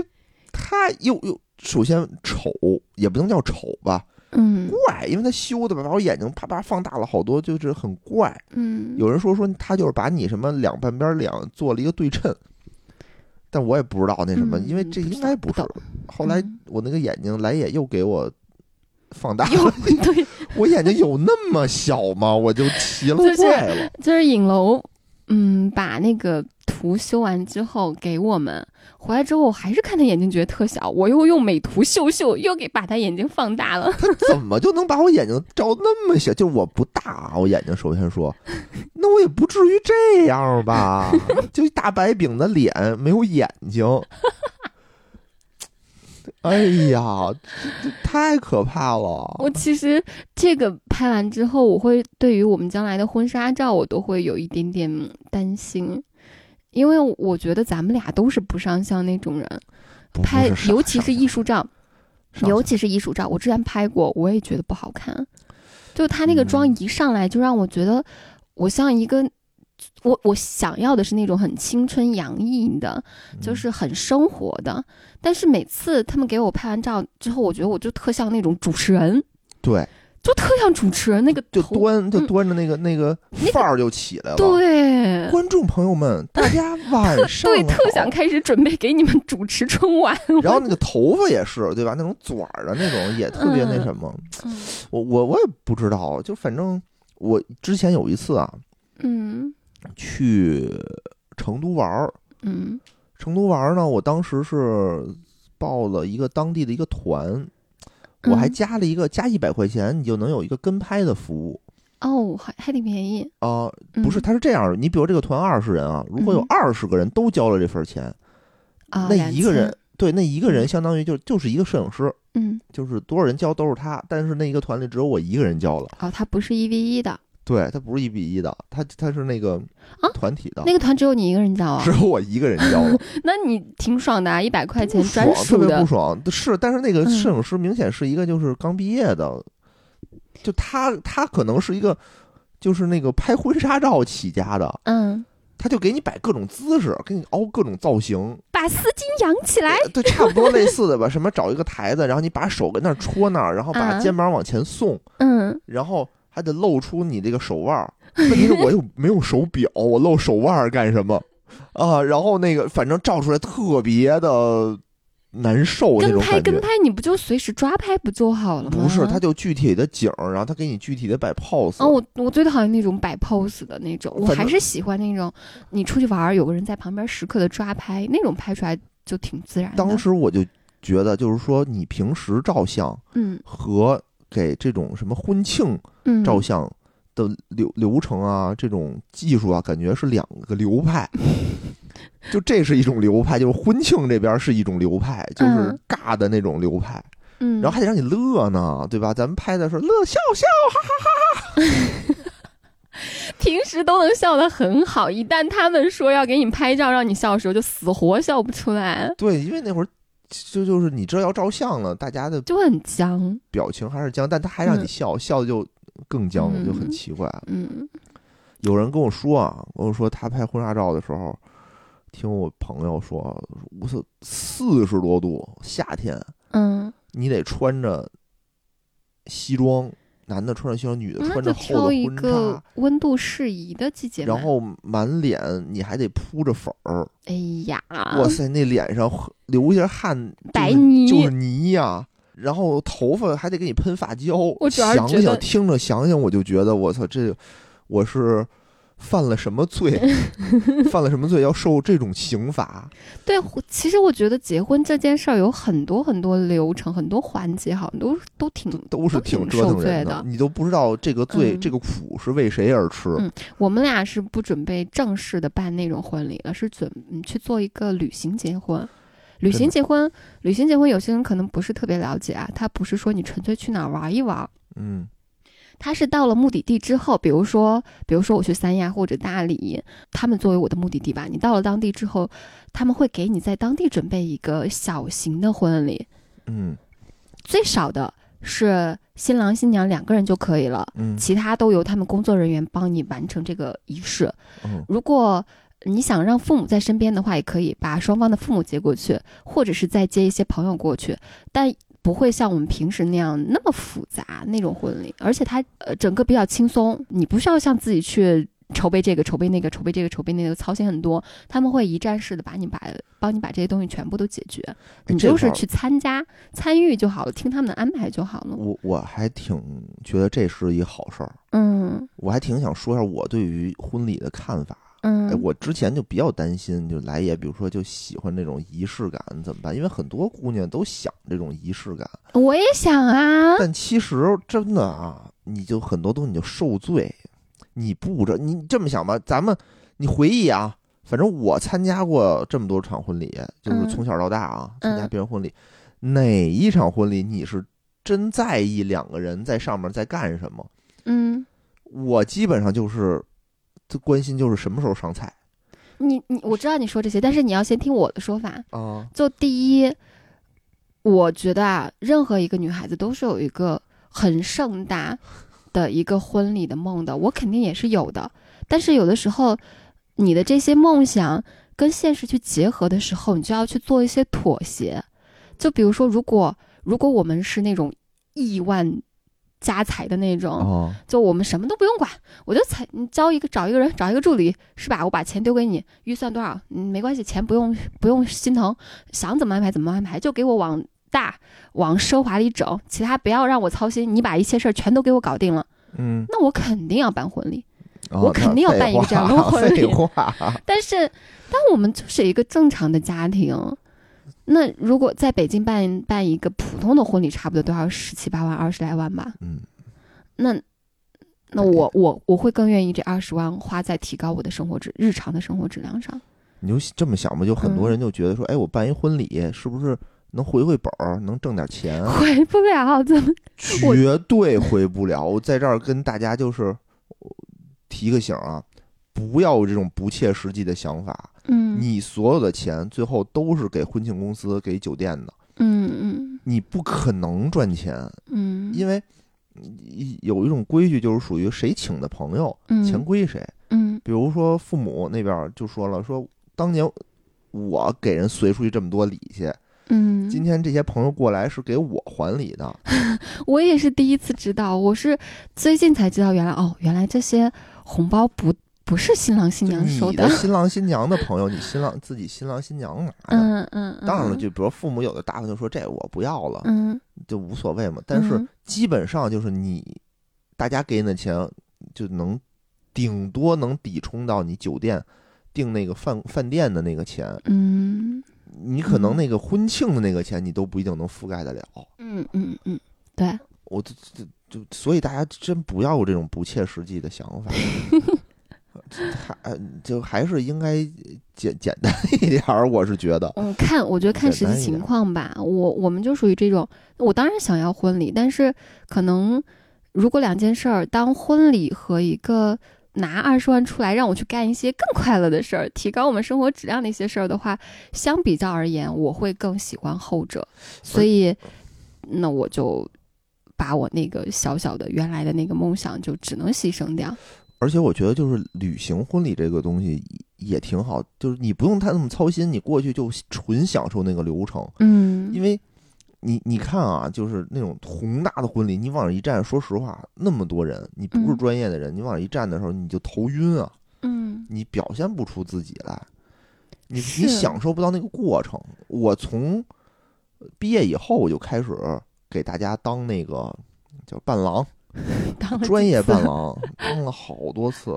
B: 他又又首先丑，也不能叫丑吧，
C: 嗯
B: 怪，因为他修的吧，把我眼睛啪啪放大了好多，就是很怪。
C: 嗯，
B: 有人说说他就是把你什么两半边脸做了一个对称，但我也不知道那什么，
C: 嗯
B: 因为这
C: 不知
B: 应该
C: 道不
B: 是
C: 懂。
B: 后来
C: 嗯
B: 我那个眼睛来也又给我放大
C: 有
B: 了，
C: 对，
B: 我眼睛有那么小吗？我就奇了
C: 就是
B: 怪了。
C: 就是影楼，嗯，把那个图修完之后给我们，回来之后我还是看他眼睛觉得特小，我又用美图秀秀又给把他眼睛放大了。
B: 他 怎么就能把我眼睛照那么小？就我不大啊，我眼睛首先 说，那我也不至于这样吧？ 就一大白饼的脸，没有眼睛。哎呀，这这太可怕了！
C: 我其实这个拍完之后，我会对于我们将来的婚纱照，我都会有一点点担心，因为我觉得咱们俩都是不上相那种人，
B: 不
C: 拍
B: 不是
C: 尤其
B: 上
C: 是艺术照，
B: 上
C: 尤
B: 上
C: 其是艺术照，我之前拍过，我也觉得不好看，就他那个妆
B: 嗯
C: 一上来就让我觉得我像一个。我我想要的是那种很青春洋溢的，就
B: 嗯
C: 是很生活的。但是每次他们给我拍完照之后，我觉得我就特像那种主持人，
B: 对，
C: 就特像主持人那个
B: 就
C: 头
B: 端就
C: 嗯
B: 端着那个那个
C: 那个
B: 范儿就起来了。
C: 对
B: 观众朋友们，大家晚上 啊
C: 对，特
B: 好
C: 想开始准备给你们主持春晚。
B: 然后那个头发也是，对吧？那种卷儿的那种也特别那什么。
C: 嗯
B: 我我我也不知道，就反正我之前有一次啊，
C: 嗯
B: 去成都玩儿，
C: 嗯
B: 成都玩儿呢，我当时是报了一个当地的一个团，我还
C: 嗯
B: 加了一个加一百块钱，你就能有一个跟拍的服务
C: 哦，还还挺便宜。
B: 啊、
C: 嗯
B: 不是，它是这样的，你比如这个团二十人啊，如果有
C: 嗯
B: 二十个人都交了这份儿钱，
C: 啊，
B: 那一个
C: 2000
B: 人，对，那一个人
C: 嗯
B: 相当于就就是一个摄影师，
C: 嗯，
B: 就是多少人交都是他，但是那一个团里只有我一个人交了。
C: 哦，他不是一 v 一的，
B: 对，他不是一比一的，他他是那个
C: 啊
B: 团体的，
C: 那个团只有你一个人交啊
B: 只，有我一个人交 了，
C: 那你挺爽的啊，一百块钱
B: 不
C: 专
B: 爽，特
C: 属
B: 别不
C: 的。
B: 爽。是，但是那个
C: 嗯
B: 摄影师明显是一个就是刚毕业的，就他他可能是一个就是那个拍婚纱照起家的，
C: 嗯，
B: 他就给你摆各种姿势，给你凹各种造型，
C: 把丝巾扬起来。
B: 呃对，差不多类似的吧。什么找一个台子，然后你把手跟那儿戳那儿，然后把
C: 啊
B: 肩膀往前送，
C: 嗯，
B: 然后还得露出你这个手腕儿。问题是我 又没有手表，我露手腕儿干什么啊？然后那个反正照出来特别的难受那
C: 跟
B: 种
C: 拍
B: 感
C: 跟
B: 觉。
C: 拍，你不就随时抓拍不就好了吗？
B: 不是，他就具体的景儿，然后他给你具体的摆 pose。
C: 哦，我我最讨厌那种摆 pose 的那种，我
B: 反
C: 还
B: 正
C: 是喜欢那种你出去玩儿，有个人在旁边时刻的抓拍，那种拍出来就挺自然的。
B: 当，时我就觉得，就是说你平时照相
C: 嗯
B: 和给这种什么婚庆
C: 嗯，
B: 照相的流流程啊，这种技术啊，感觉是两个流 派。就这是一种流派，就是婚庆这边是一种流派，就是
C: 嗯
B: 尬的那种流派，
C: 嗯，
B: 然后还得让你乐呢，对吧？咱们拍的时候乐笑笑，
C: 平时都能笑得很好，一旦他们说要给你拍照让你笑的时候，就死活笑不出来，
B: 对，因为那会儿就就是你这要照相了，大家的
C: 就很僵。
B: 表情还是僵，但他还让你
C: 嗯
B: 笑，笑的就
C: 嗯
B: 就很奇怪了。
C: 嗯
B: 有人跟我说啊，跟我说他拍婚纱照的时候，听我朋友说，我操，四十多度，夏天
C: 嗯，
B: 你得穿着西装，男的穿着西装，女的
C: 嗯那
B: 穿着
C: 就
B: 厚
C: 挑
B: 的
C: 一
B: 婚
C: 个
B: 纱，
C: 温度适宜的季节嘛。
B: 然后满脸你还得铺着粉儿，
C: 哎呀，
B: 哇塞，那脸上流一下汗，就是
C: 白泥
B: 就是泥呀、然后头发还得给你喷发胶，
C: 我主要是
B: 想
C: 觉得
B: 想听着想想，我就觉得我操，这我是犯了什么 罪？犯了什么罪要受这种刑罚？
C: 对，我其实我觉得结婚这件事儿有很多很多流程，很多环节，好像都嗯都挺
B: 都是挺折腾人
C: 都挺受罪的
B: 你都不知道这个罪、
C: 嗯
B: 这个苦是为谁而吃。
C: 嗯我们俩是不准备正式的办那种婚礼了，是准嗯去做一个旅行结婚。旅
B: 真
C: 行
B: 的
C: 结婚，旅行结婚，有些人可能不是特别了解啊。他不是说你纯粹去哪儿玩一玩，
B: 嗯
C: 他是到了目的地之后，比如说，比如说我去三亚或者大理，他们作为我的目的地吧。你到了当地之后，他们会给你在当地准备一个小型的婚礼，
B: 嗯
C: 最少的是新郎新娘两个人就可以了，
B: 嗯
C: 其他都由他们工作人员帮你完成这个仪式。
B: 嗯
C: 如果你想让父母在身边的话，也可以把双方的父母接过去，或者是再接一些朋友过去，但不会像我们平时那样那么复杂那种婚礼，而且它呃整个比较轻松，你不需要像自己去。筹备这个，筹备那个，筹备这个，筹备那个，操心很多。他们会一站式的把你把帮你把这些东西全部都解决，你
B: 这
C: 就是
B: 块儿
C: 去参加参与就好了，听他们的安排就好了。
B: 我我还挺觉得这是一好事儿，
C: 嗯
B: 我还挺想说一下我对于婚礼的看法。
C: 嗯，
B: 哎，我之前就比较担心，就来也，比如说就喜欢那种仪式感怎么办？因为很多姑娘都想这种仪式感，
C: 我也想啊，
B: 但其实真的啊，你就很多东西你就受罪，你不这你这么想吧，咱们你回忆啊，反正我参加过这么多场婚礼，就是
C: 嗯
B: 从小到大啊，参加
C: 嗯
B: 别人婚礼，哪一场婚礼你是真在意两个人在上面在干什么？
C: 嗯，
B: 我基本上就是，就关心就是什么时候上菜
C: 你你我知道你说这些，但是你要先听我的说法。
B: 啊，
C: 就第一，我觉得啊，任何一个女孩子都是有一个很盛大的一个婚礼的梦的，我肯定也是有的。但是有的时候，你的这些梦想跟现实去结合的时候，你就要去做一些妥协。就比如说，如果如果我们是那种亿万家财的那种，
B: 哦，
C: 就我们什么都不用管，我就采你招一个找一个人找一个助理是吧？我把钱丢给你，预算多少，嗯，没关系，钱不用不用心疼，想怎么安排怎么安排，就给我往大往奢华里整，其他不要让我操心，你把一切事儿全都给我搞定了，
B: 嗯，
C: 那我肯定要办婚礼。
B: 哦
C: 我肯
B: 那
C: 定要
B: 废
C: 办一个
B: 话
C: 这样的婚
B: 废
C: 礼
B: 话，
C: 但是，但我们就是一个正常的家庭。那如果在北京办办一个普通的婚礼，差不多都要十七八万、二十来万吧。
B: 嗯，
C: 那那
B: 对
C: 我我我会更愿意这二十万花在提高我的生活质日常的生活质量上。
B: 你就这么想吧，就很多
C: 嗯
B: 人就觉得说，哎，我办一婚礼是不是能回回本儿，能挣点钱啊？
C: 回不了，怎么？我
B: 绝对回不了。我在这儿跟大家就是我提个醒啊，不要有这种不切实际的想法。
C: 嗯
B: 你所有的钱最后都是给婚庆公司、给酒店的，
C: 嗯嗯
B: 你不可能赚钱，
C: 嗯，
B: 因为一有一种规矩就是属于谁请的朋友，
C: 为
B: 钱归谁。
C: 嗯
B: 比如说父母那边儿就说了，说当年我给人随出去这么多礼去，
C: 嗯，
B: 今天这些朋友过来是给我还礼 的，
C: 我也是第一次知道，我是最近才知道，原来哦，原来这些红包不不是新郎新
B: 就
C: 娘收
B: 你的新郎新娘的朋友，你新郎自己新郎新娘拿的。
C: 嗯嗯，嗯
B: 当然了，就比如父母有的大部分就说这我不要了，
C: 嗯，
B: 就无所谓嘛。但是
C: 嗯
B: 基本上就是你大家给你的钱就能顶多能抵充到你酒店订那个饭饭店的那个钱，
C: 嗯
B: 你可能
C: 嗯
B: 那个婚庆的那个钱你都不一定能覆盖得了。
C: 嗯嗯嗯，对，
B: 我就就就，所以大家真不要有这种不切实际的想 法，还呃就还是应该简简单一点儿，我是觉得，
C: 嗯，看我觉得看实
B: 简单
C: 际
B: 一
C: 情
B: 点
C: 况吧。我我们就属于这种，我当然想要婚礼，但是可能如果两件事儿，当婚礼和一个拿二十万出来让我去干一些更快乐的事儿，提高我们生活质量的一些事儿的话，相比较而言，我会更喜欢后者。所以，那我就把我那个小小的原来的那个梦想就只能牺牲掉。
B: 而且我觉得就是旅行婚礼这个东西也挺好，就是你不用太那么操心，你过去就纯享受那个流程，
C: 嗯
B: 因为你你看啊，就是那种宏大的婚礼，你往上一站，说实话，那么多人，你不是
C: 嗯
B: 专业的人，你往上一站的时候你就头晕啊，
C: 嗯，
B: 你表现不出自己来，你你
C: 是
B: 享受不到那个过程。我从毕业以后我就开始给大家当那个叫伴郎，
C: 当哦了几
B: 专业
C: 次
B: 伴郎，当了好多次，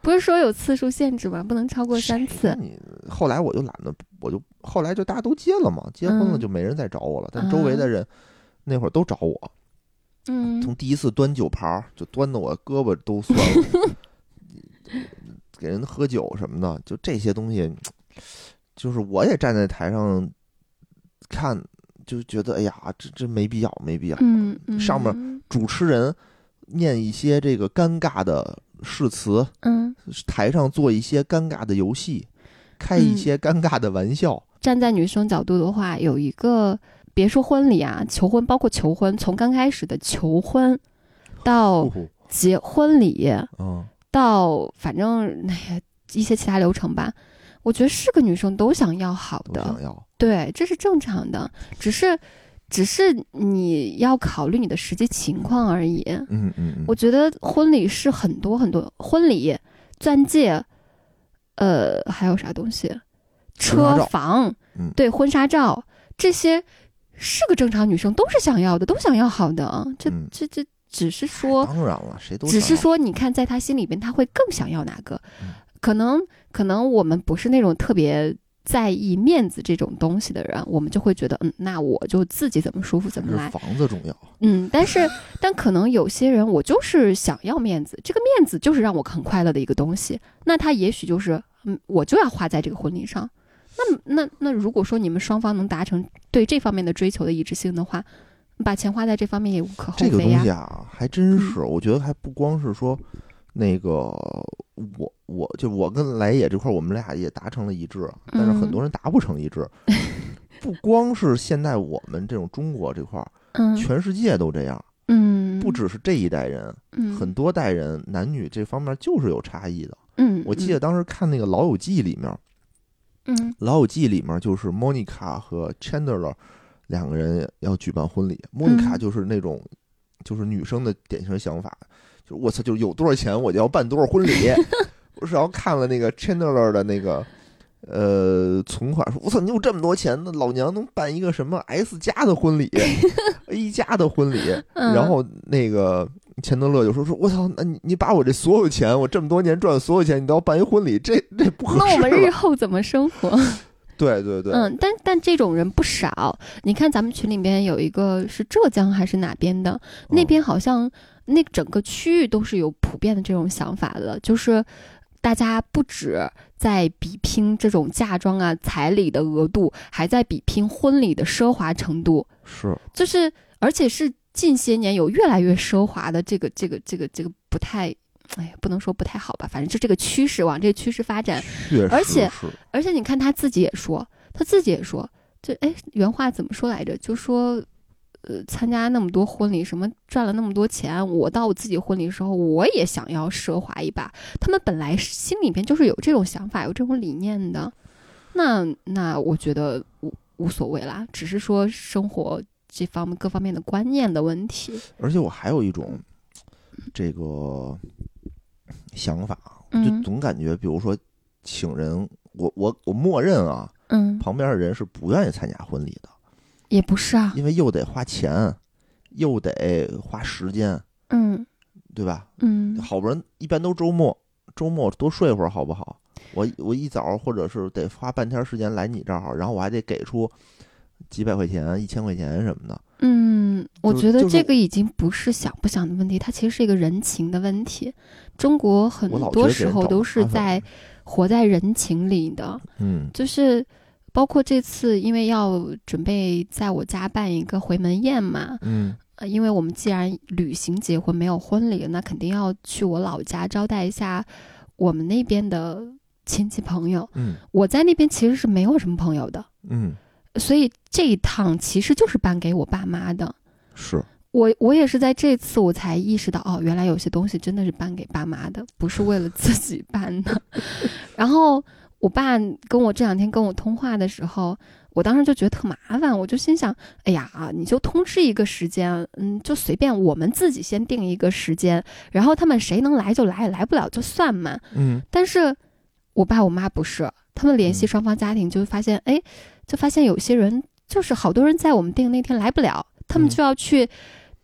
C: 不是说有次数限制吗？不能 超过三次
B: 那。你后来我就懒得，我就后来就大家都结了嘛，结婚了
C: 嗯
B: 就没人再找我了，但周围的人那会儿都找我，
C: 嗯
B: 从第一次端酒盘儿就端的我胳膊都酸了，给人喝酒什么的，就这些东西，就是我也站在台上看，就觉得哎呀，这这没必要，没必要。
C: 嗯嗯，
B: 上面主持人念一些这个尴尬的誓词，
C: 嗯，
B: 台上做一些尴尬的游戏，开一
C: 嗯
B: 些尴尬的玩笑，
C: 站在女生角度的话，有一个别说婚礼啊，求婚包括求婚，从刚开始的求婚到
B: 呼
C: 结婚礼，
B: 嗯，
C: 到反正哎呀一些其他流程吧，我觉得是个女生都想要好
B: 都
C: 的
B: 想，要。
C: 对，这是正常的，只是只是你要考虑你的实际情况而已。
B: 嗯嗯嗯，
C: 我觉得婚礼是很多很多婚礼、钻戒，呃，还有啥东西，
B: 纱
C: 车
B: 照
C: 房，
B: 嗯
C: 对，婚纱照这些是个正常女生都是想要的，都想要好的。啊这、
B: 嗯
C: 这这只是说，
B: 当然了，谁都
C: 只是
B: 想要
C: 说，你看在她心里边，她会更想要哪个
B: 嗯？
C: 可能可能我们不是那种特别。在意面子这种东西的人，我们就会觉得，嗯，那我就自己怎么舒服怎么
B: 还
C: 来
B: 是。房子重要。
C: 嗯，但是但可能有些人，我就是想要面子，这个面子就是让我很快乐的一个东西。那他也许就是，嗯，我就要花在这个婚礼上。那那那，如果说你们双方能达成对这方面的追求的一致性的话，把钱花在这方面也无可厚
B: 这个
C: 非
B: 东
C: 呀、
B: 西啊，还
C: 嗯
B: 真是，我觉得还不光是说那个我我就我跟来也这块儿，我们俩也达成了一致，啊但
C: 嗯
B: 是很多人达不成一致。 不光是现在我们这种中国这块儿，
C: 嗯
B: 全世界都这样，
C: 嗯，
B: 不只是这一代人，
C: 嗯
B: 很多代人男女这方面就是有差异的。
C: 嗯，
B: 我记得当时看那个《老友记》里面，《
C: 嗯
B: 老友记》里面就是 Monica 和 Chandler 两个人要举办婚礼。Monica
C: 嗯
B: 就是那种，就是女生的典型想法，就是我操，就是有多少钱我就要办多少 婚礼。我是要看了那个 Chandler 的那个。呃，存款说，我操，你有这么多钱，那老娘能办一个什么 S 加的婚 礼，A 加的婚礼，
C: 嗯，
B: 然后那个钱德勒就说说，我操，那你你把我这所有钱，我这么多年赚的所有钱，你都要办一婚礼，这这不合
C: 那
B: 适
C: 我们日
B: 了。
C: 后怎么生活？
B: 对对对，
C: 嗯，但但这种人不少。你看咱们群里边有一个是浙江还是哪边的，那
B: 嗯
C: 边好像那整个区域都是有普遍的这种想法的，就是大家不止在比拼这种嫁妆啊、彩礼的额度，还在比拼婚礼的奢华程度，
B: 是
C: 就是而且是近些年有越来越奢华的这个这个这个这个不太。哎呀，不能说不太好吧，反正就这个趋势往这个趋势发展，
B: 确实
C: 而且
B: 是
C: 而且你看他自己也说，他自己也说，这哎原话怎么说来着？就说，呃，参加那么多婚礼，什么赚了那么多钱，我到我自己婚礼的时候，我也想要奢华一把。他们本来是心里边就是有这种想法，有这种理念的。那那我觉得无无所谓啦，只是说生活这方面各方面的观念的问题。
B: 而且我还有一种这个想法，就
C: 嗯
B: 总感觉，比如说请人，我我我默认啊，
C: 嗯，
B: 旁边的人是不愿意参加婚礼的，
C: 也不是啊，
B: 因为又得花钱，又得花时间，
C: 嗯
B: 对吧？
C: 嗯
B: 好不容易一般都周末，周末多睡会儿好不好？我我一早或者是得花半天时间来你这儿，然后我还得给出几百块钱、一千块钱什么的。
C: 嗯，我
B: 就
C: 觉得
B: 就是
C: 这个已经不是想不想的问题，它其实是一个人情的问题。中国很
B: 我老觉
C: 多
B: 得给
C: 时
B: 人
C: 候
B: 找
C: 都
B: 麻
C: 是
B: 烦
C: 在活在人情里的，
B: 嗯
C: 就是包括这次，因为要准备在我家办一个回门宴嘛，
B: 嗯
C: 呃，因为我们既然旅行结婚没有婚礼，那肯定要去我老家招待一下我们那边的亲戚朋友。
B: 嗯
C: 我在那边其实是没有什么朋友的，
B: 嗯，
C: 所以这一趟其实就是办给我爸妈的。
B: 是
C: 我我也是在这次我才意识到，哦，原来有些东西真的是办给爸妈的，不是为了自己办的。 然后我爸跟我这两天跟我通话的时候，我当时就觉得特麻烦，我就心想，哎呀，你就通知一个时间，嗯，就随便我们自己先定一个时间，然后他们谁能来就来，来不了就算嘛。
B: 嗯
C: 但是我爸我妈不是，他们联系
B: 嗯
C: 双方家庭就发现，哎，就发现有些人就是好多人在我们定的那天来不了，他们
B: 嗯
C: 就要去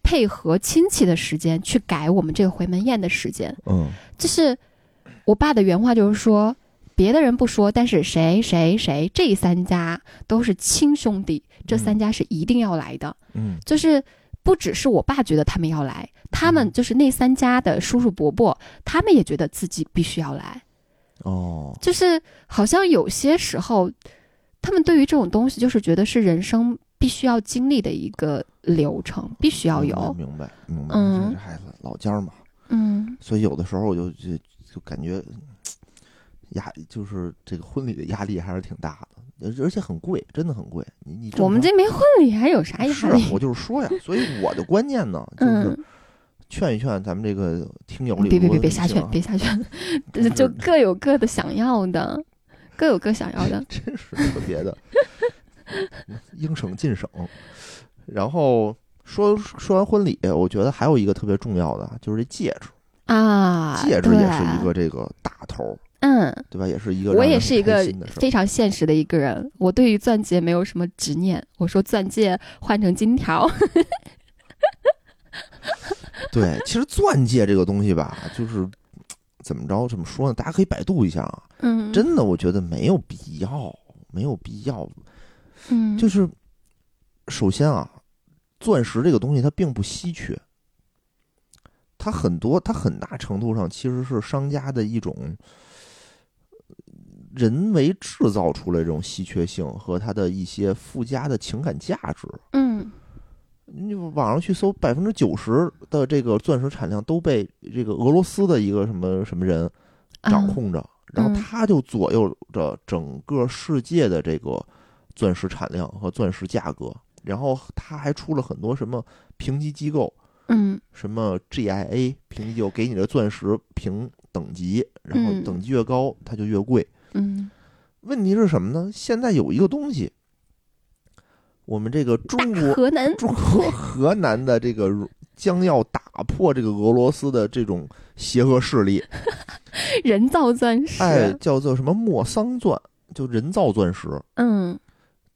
C: 配合亲戚的时间去改我们这个回门宴的时间。
B: 嗯
C: 就是我爸的原话就是说，别的人不说，但是谁谁谁这三家都是亲兄弟，这
B: 嗯
C: 三家是一定要来的。
B: 嗯
C: 就是不只是我爸觉得他们要来，他
B: 嗯
C: 们就是那三家的叔叔伯伯，他们也觉得自己必须要来。
B: 哦，
C: 就是好像有些时候，他们对于这种东西，就是觉得是人生必须要经历的一个流程，必须要有。
B: 明白明白，
C: 嗯
B: 明白这孩子老家儿嘛，
C: 嗯
B: 所以有的时候我就就就感觉嗯压就是这个婚礼的压力还是挺大的，而而且很贵，真的很贵。你你正
C: 我们
B: 常
C: 这没婚礼还有啥
B: 是
C: 压
B: 啊
C: 力？
B: 我就是说呀，所以我的观念 呢，就是
C: 嗯，
B: 劝一劝咱们这个听友里，
C: 别别
B: 如果
C: 别别瞎
B: 不行
C: 劝
B: 啊，
C: 别瞎劝，
B: 不是。
C: 就各有各的想要的，各有各想要的
B: 真是特别的，应省尽省。然后说说完婚礼，我觉得还有一个特别重要的啊，就是这戒指，
C: 啊，
B: 戒指
C: 对
B: 也是一个这个大头儿，
C: 嗯，
B: 对吧？也是一个
C: 我
B: 让
C: 也
B: 人
C: 是
B: 很
C: 一
B: 开
C: 个
B: 心的事儿
C: 非常现实的一个人，我对于钻戒没有什么执念。我说钻戒换成金条，
B: 对，其实钻戒这个东西吧，就是怎么着怎么说呢？大家可以百度一下啊，
C: 嗯，
B: 真的，我觉得没有必要，没有必要。
C: 嗯，
B: 就是首先啊，钻石这个东西它并不稀缺，它很多，它很大程度上其实是商家的一种呃人为制造出来这种稀缺性和它的一些附加的情感价值。
C: 嗯
B: 你网上去搜，百分之九十的这个钻石产量都被这个俄罗斯的一个什么什么人掌
C: 啊
B: 控着，然后
C: 嗯
B: 他就左右着整个世界的这个钻石产量和钻石价格。然后他还出了很多什么评级机构，
C: 嗯
B: 什么 GIA 评级机构给你的钻石评等级，然后
C: 嗯
B: 等级越高它就越贵。
C: 嗯，
B: 问题是什么呢？现在有一个东西，嗯我们这个中国
C: 河南，
B: 中国河南的这个将要打破这个俄罗斯的这种邪恶势力，
C: 人造钻石，
B: 哎，叫做什么莫桑钻，就人造钻石，
C: 嗯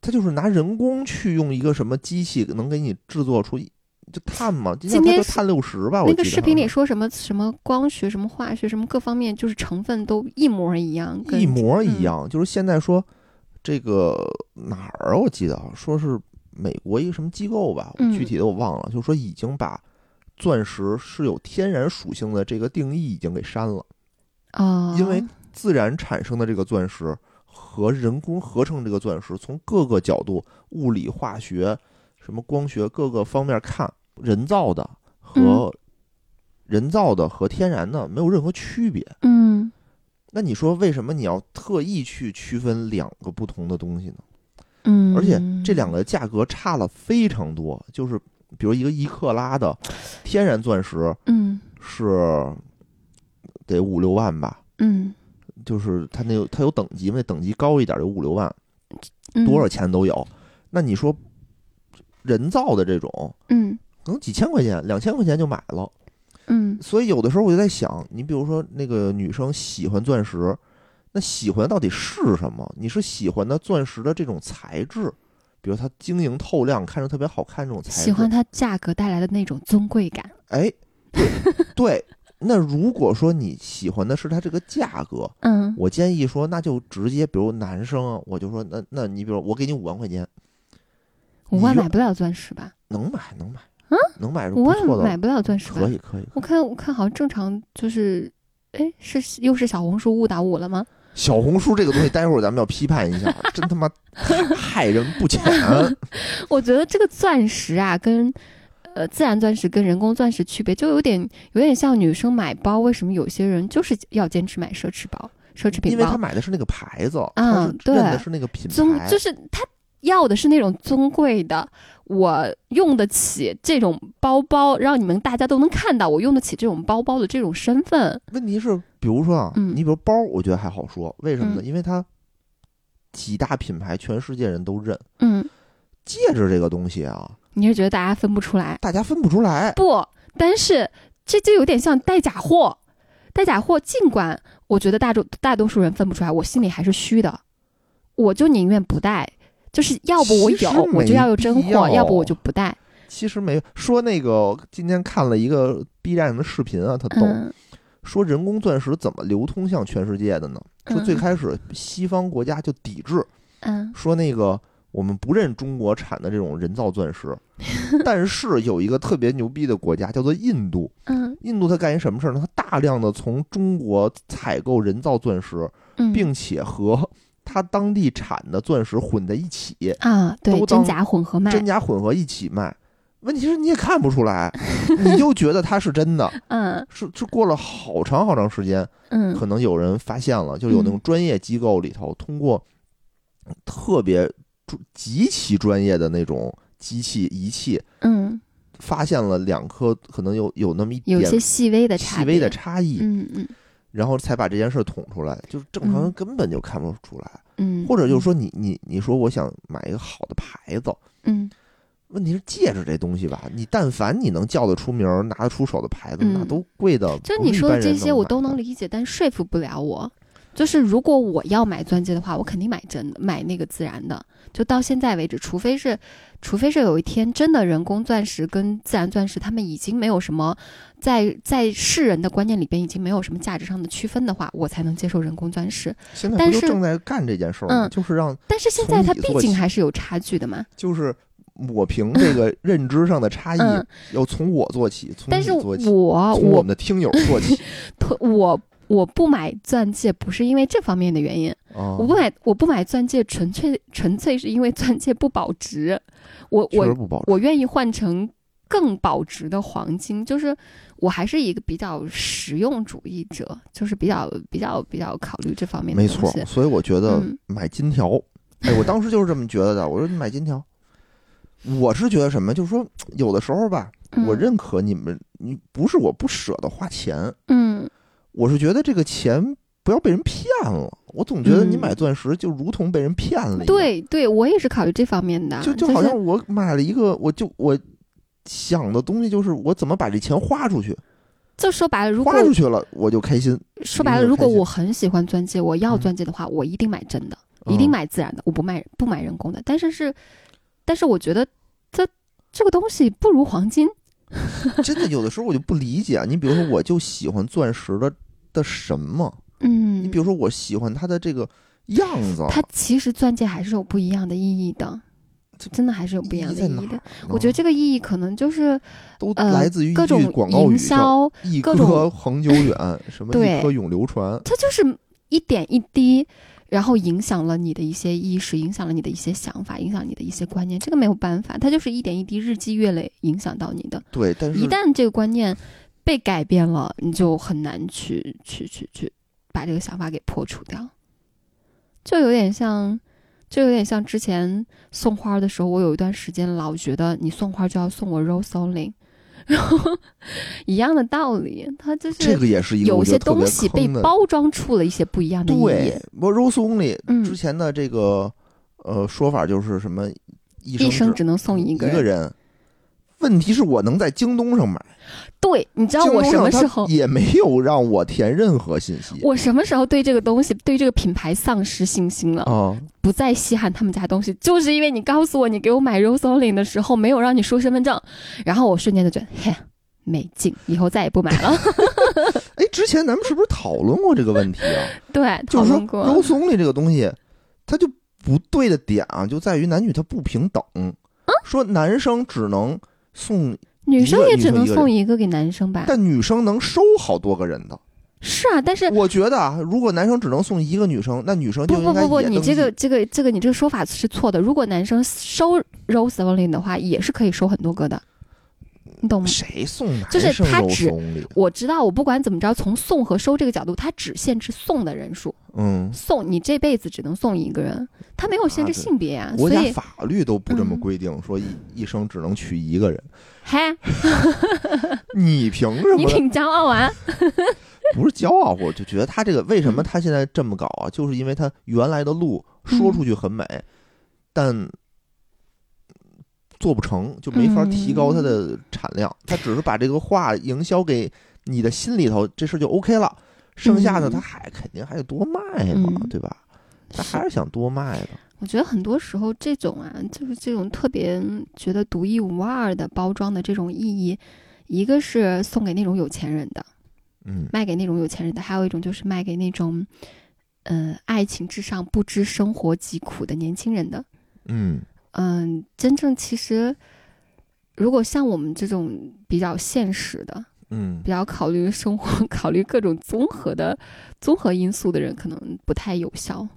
B: 它就是拿人工去用一个什么机器能给你制作出一就碳嘛，就
C: 今
B: 像它
C: 天
B: 就是碳六十吧，我
C: 那
B: 记得
C: 个视频里
B: 好
C: 说什么什么光学、什么化学、什么各方面，就是成分都一模一样，
B: 像
C: 跟嗯
B: 一模一样，就是现在说这个哪儿啊我记得啊，说是美国一个什么机构吧，我
C: 嗯
B: 具体的我忘了，就说已经把。钻石是有天然属性的这个定义已经给删了，
C: 啊，
B: 因为自然产生的这个钻石和人工合成这个钻石，从各个角度，物理、化学、什么光学各个方面看，人造的和人造的和天然的没有任何区别。
C: 嗯
B: 那你说为什么你要特意去区分两个不同的东西呢？
C: 嗯，
B: 而且这两个价格差了非常多，就是比如一个一克拉的天然钻石
C: 嗯
B: 是得五六万吧，
C: 嗯
B: 就是它那有它有等级嘛，那等级高一点就五六万，
C: 嗯
B: 多少钱都有。那你说人造的这种，
C: 嗯
B: 可能几千块钱、两千块钱就买了。
C: 嗯
B: 所以有的时候我就在想，你比如说那个女生喜欢钻石，那喜欢到底是什么？你是喜欢的钻石的这种材质，比如它晶莹透亮，看着特别好看这种材质，
C: 喜欢它价格带来的那种尊贵感，
B: 哎，对 对。那如果说你喜欢的是它这个价格，
C: 嗯
B: 我建议说，那就直接，比如男生啊，我就说，那那你比如我给你五万块钱，
C: 五万
B: 你
C: 买不了钻石吧？
B: 能买能买，能买是不
C: 五万
B: 错的
C: 买
B: 了，
C: 不了钻石吧
B: 可？以可以。
C: 我看我看好像正常就是，哎，是又是小红书误导我了吗？
B: 小红书这个东西，待会儿咱们要批判一下，真他妈害人不 浅。
C: 我觉得这个钻石啊，跟呃自然钻石跟人工钻石区别，就有点有点像女生买包，为什么有些人就是要坚持买奢侈包、奢侈
B: 因
C: 品
B: 为他
C: 包？
B: 买的是那个牌子，他
C: 嗯
B: 是认的
C: 对
B: 是那个品
C: 尊
B: 牌，
C: 就是它要的是那种尊贵的，我用得起这种包包，让你们大家都能看到我用得起这种包包的这种身份。
B: 问题是，比如说啊，
C: 嗯
B: 你比如包，我觉得还好说，为什么呢？
C: 嗯
B: 因为它几大品牌全世界人都认。
C: 嗯，
B: 戒指这个东西啊，
C: 你是觉得大家分不出来？
B: 大家分不出来。
C: 不，但是这就有点像带假货。带假货，尽管我觉得大多大多数人分不出来，我心里还是虚的，我就宁愿不带。就是要不我
B: 其实
C: 有，我就要有真
B: 没
C: 货；
B: 必要
C: 要不我就不带。
B: 其实没说那个，今天看了一个 B 站的视频啊，他懂、
C: 嗯，
B: 说人工钻石怎么流通向全世界的呢？说最
C: 嗯
B: 开始西方国家就抵制，
C: 嗯
B: 说那个我们不认中国产的这种人造钻 石，但是有一个特别牛逼的国家叫做印度，
C: 嗯
B: 印度它干一什么事儿呢？它大量的从中国采购人造钻石，
C: 嗯，
B: 并且和它当地产的钻石混在一起，
C: 啊，对
B: 都，当
C: 真假混合卖，
B: 真假混合一起卖。问题是你也看不出 来，你就觉得它是真的，
C: 嗯
B: 是是过了好长好长时间，
C: 嗯
B: 可能有人发现了，就有那种专业机构里头通过特别专极其专业的那种机器仪器，
C: 嗯，
B: 发现了两颗可能有有那么一
C: 有
B: 点
C: 些细微的差
B: 细
C: 别，
B: 微的差异，
C: 嗯嗯
B: 然后才把这件事捅出来。就是正常人
C: 嗯
B: 根本就看不出来，
C: 嗯，
B: 或者就是说你你你说我想买一个好的牌子，
C: 嗯，
B: 问题是戒指这东西吧，你但凡你能叫得出名儿、拿得出手的牌子，
C: 嗯
B: 那都贵的。
C: 就
B: 不是
C: 你
B: 一
C: 说的
B: 般人
C: 这些我都
B: 买
C: 能
B: 的。
C: 理解，但说服不了我。就是如果我要买钻戒的话，我肯定买真的，买那个自然的。就到现在为止，除非是，除非是有一天真的人工钻石跟自然钻石，他们已经没有什么在在世人的观念里边已经没有什么价值上的区分的话，我才能接受人工钻石。
B: 现在
C: 但
B: 不就是正在干这件事儿吗？
C: 嗯
B: 就是让，
C: 但是现
B: 从
C: 在它
B: 你
C: 毕
B: 做
C: 竟
B: 起
C: 还是有差距的嘛。
B: 就是抹平这个认知上的差异，
C: 嗯
B: 要从我做起，从
C: 但
B: 你
C: 是
B: 做
C: 我啊
B: 起，从我
C: 我
B: 们的听友做 起
C: 推我我不买钻戒不是因为这方面的原因，
B: 啊
C: 我。不买我不买钻戒纯粹纯粹是因为钻戒不保值，我
B: 确实
C: 我
B: 不保值。
C: 我愿意换成更保值的黄金，就是我还是一个比较实用主义者，就是比较比较比较考虑这方面的
B: 没
C: 东
B: 错，
C: 西。
B: 所以我觉得
C: 嗯
B: 买金条，哎，我当时就是这么觉得的。我说你买金条，我是觉得什么？就是说，有的时候吧，我
C: 嗯
B: 认可你们，你不是我不舍得花钱，
C: 嗯
B: 我是觉得这个钱不要被人骗了。我总觉得你
C: 嗯
B: 买钻石就如同被人骗了一样，
C: 对啊对，我也是考虑这方面的，
B: 就就好像我买了一个，我就我想的东西就是我怎么把这钱花出去，
C: 就是、就说白了，如果
B: 花出去了我就开心，
C: 说白了，
B: 你有
C: 如果
B: 开心
C: 我很喜欢钻戒，我要
B: 嗯
C: 钻戒的话，我一定买真的。
B: 嗯
C: 一定。买自然的，我不卖不买人工的。但是是，但是我觉得这这个东西不如黄金。
B: 真的，有的时候我就不理解啊。你比如说，我就喜欢钻石的的什么？
C: 嗯
B: 你比如说，我喜欢它的这个样子，
C: 它其实钻戒还是有不一样的意义的，
B: 这
C: 真的还是有不一样的
B: 在
C: 意
B: 哪
C: 义的
B: 儿。
C: 我觉得
B: 呢
C: 这个意义可能就是
B: 都
C: 呃
B: 来自于一
C: 各种
B: 句广告
C: 营
B: 语叫
C: 销，
B: 一
C: 各种
B: 歌恒久远，什么
C: 对
B: 一颗永流传。
C: 它就是一点一滴，然后影响了你的一些意识，影响了你的一些想法，影响你的一些观念。这个没有办法，它就是一点一滴，日积月累影响到你的。
B: 对，但是
C: 一旦这个观念被改变了，你就很难去去去去把这个想法给破除掉，就有点像，就有点像之前送花的时候，我有一段时间老觉得你送花就要送我 rose only，然后一样的道理，它就
B: 这
C: 是
B: 个也是一个
C: 有
B: 我觉
C: 些
B: 得特别
C: 东西被
B: 坑的
C: 包装出了一些不一样的意义
B: 对。，我 Rose Only
C: 嗯
B: 之前的这个、呃说法就是什么一
C: 一
B: 生
C: 生
B: 只
C: 只能送一
B: 一
C: 个
B: 人。问题是我能在京东上买，
C: 对，你知道
B: 京
C: 我
B: 东
C: 什么
B: 上
C: 时
B: 它
C: 候？
B: 也没有让我填任何信息
C: 我什么时候对这个东西、对这个品牌丧失信心了？
B: 啊。
C: 不再稀罕他们家东西，就是因为你告诉我你给我买 Rose Only 的时候没有让你输身份证，然后我瞬间就觉得嘿没劲，以后再也不买 了。
B: 哎，之前咱们是不是讨论过这个问题啊？
C: 对，
B: 就
C: 讨
B: 是说
C: 论过。
B: Rose Only 这个东西，它就不对的点啊，就在于男女它不平等。
C: 啊
B: 说男生只能送，
C: 女生也只能
B: 一个
C: 送一个给男生吧？
B: 但女生能收好多个人的。
C: 是啊， 但是
B: 我觉得啊，如果男生只能送一个女生，那女生就
C: 不不
B: 应该
C: 不不，
B: 也
C: 你
B: 登
C: 这个
B: 记
C: 这个这个你这个说法是错的。如果男生收 Rose Only 的话，也是可以收很多个的。你懂吗？
B: 谁送男
C: 就是
B: 生
C: 他
B: 肉
C: 只
B: 松里？
C: 我知道，我不管怎么着，从送和收这个角度，它只限制送的人数，
B: 嗯，
C: 送你这辈子只能送一个人，它没有限制
B: 啊对
C: 性别呀、
B: 国
C: 所
B: 家
C: 以，
B: 法律都不这么
C: 嗯
B: 规定，说一一生只能娶一个人，
C: 嗨，
B: 你凭什
C: 你
B: 么？
C: 挺骄傲 啊！
B: 不是骄傲，我就觉得他这个为什么
C: 嗯
B: 他现在这么搞啊？就是因为他原来的路说出去很美，但做不成就没法提高它
C: 嗯
B: 的产量。他只是把这个话营销给你的心里头，这事儿就 OK 了。剩下的
C: 嗯
B: 他还肯定还得多卖嘛，
C: 嗯
B: 对吧？他
C: 是
B: 还是想多卖的。
C: 我觉得很多时候这种啊，就是这种特别觉得独一无二的包装的这种意义，一个是送给那种有钱人的，
B: 嗯
C: 卖给那种有钱人的，还有一种就是卖给那种，呃，爱情至上不知生活疾苦的年轻人的。
B: 嗯
C: 嗯，真正其实，如果像我们这种比较现实的、
B: 嗯
C: 比较考虑生活、 考虑各种综合的综合因素的人，可能不太有效。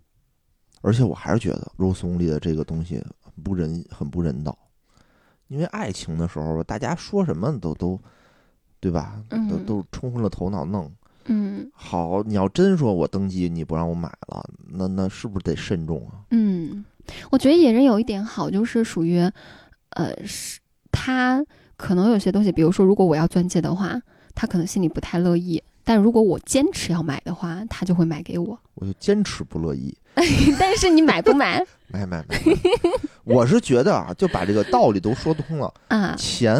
B: 而且我还是觉得肉松里的这个东西很不人很不人道，因为爱情的时候，大家说什么都都，对吧？
C: 嗯
B: 都都冲昏了头脑弄。
C: 嗯
B: 好，你要真说我登记你不让我买了，那那是不是得慎重啊？
C: 嗯，我觉得野人有一点好，就是属于，呃，是他可能有些东西，比如说，如果我要钻戒的话，他可能心里不太乐意。但如果我坚持要买的话，他就会买给我。
B: 我就坚持不乐意，
C: 但是你买不买
B: 买买买。买我是觉得啊，就把这个道理都说通了，
C: 啊？
B: 钱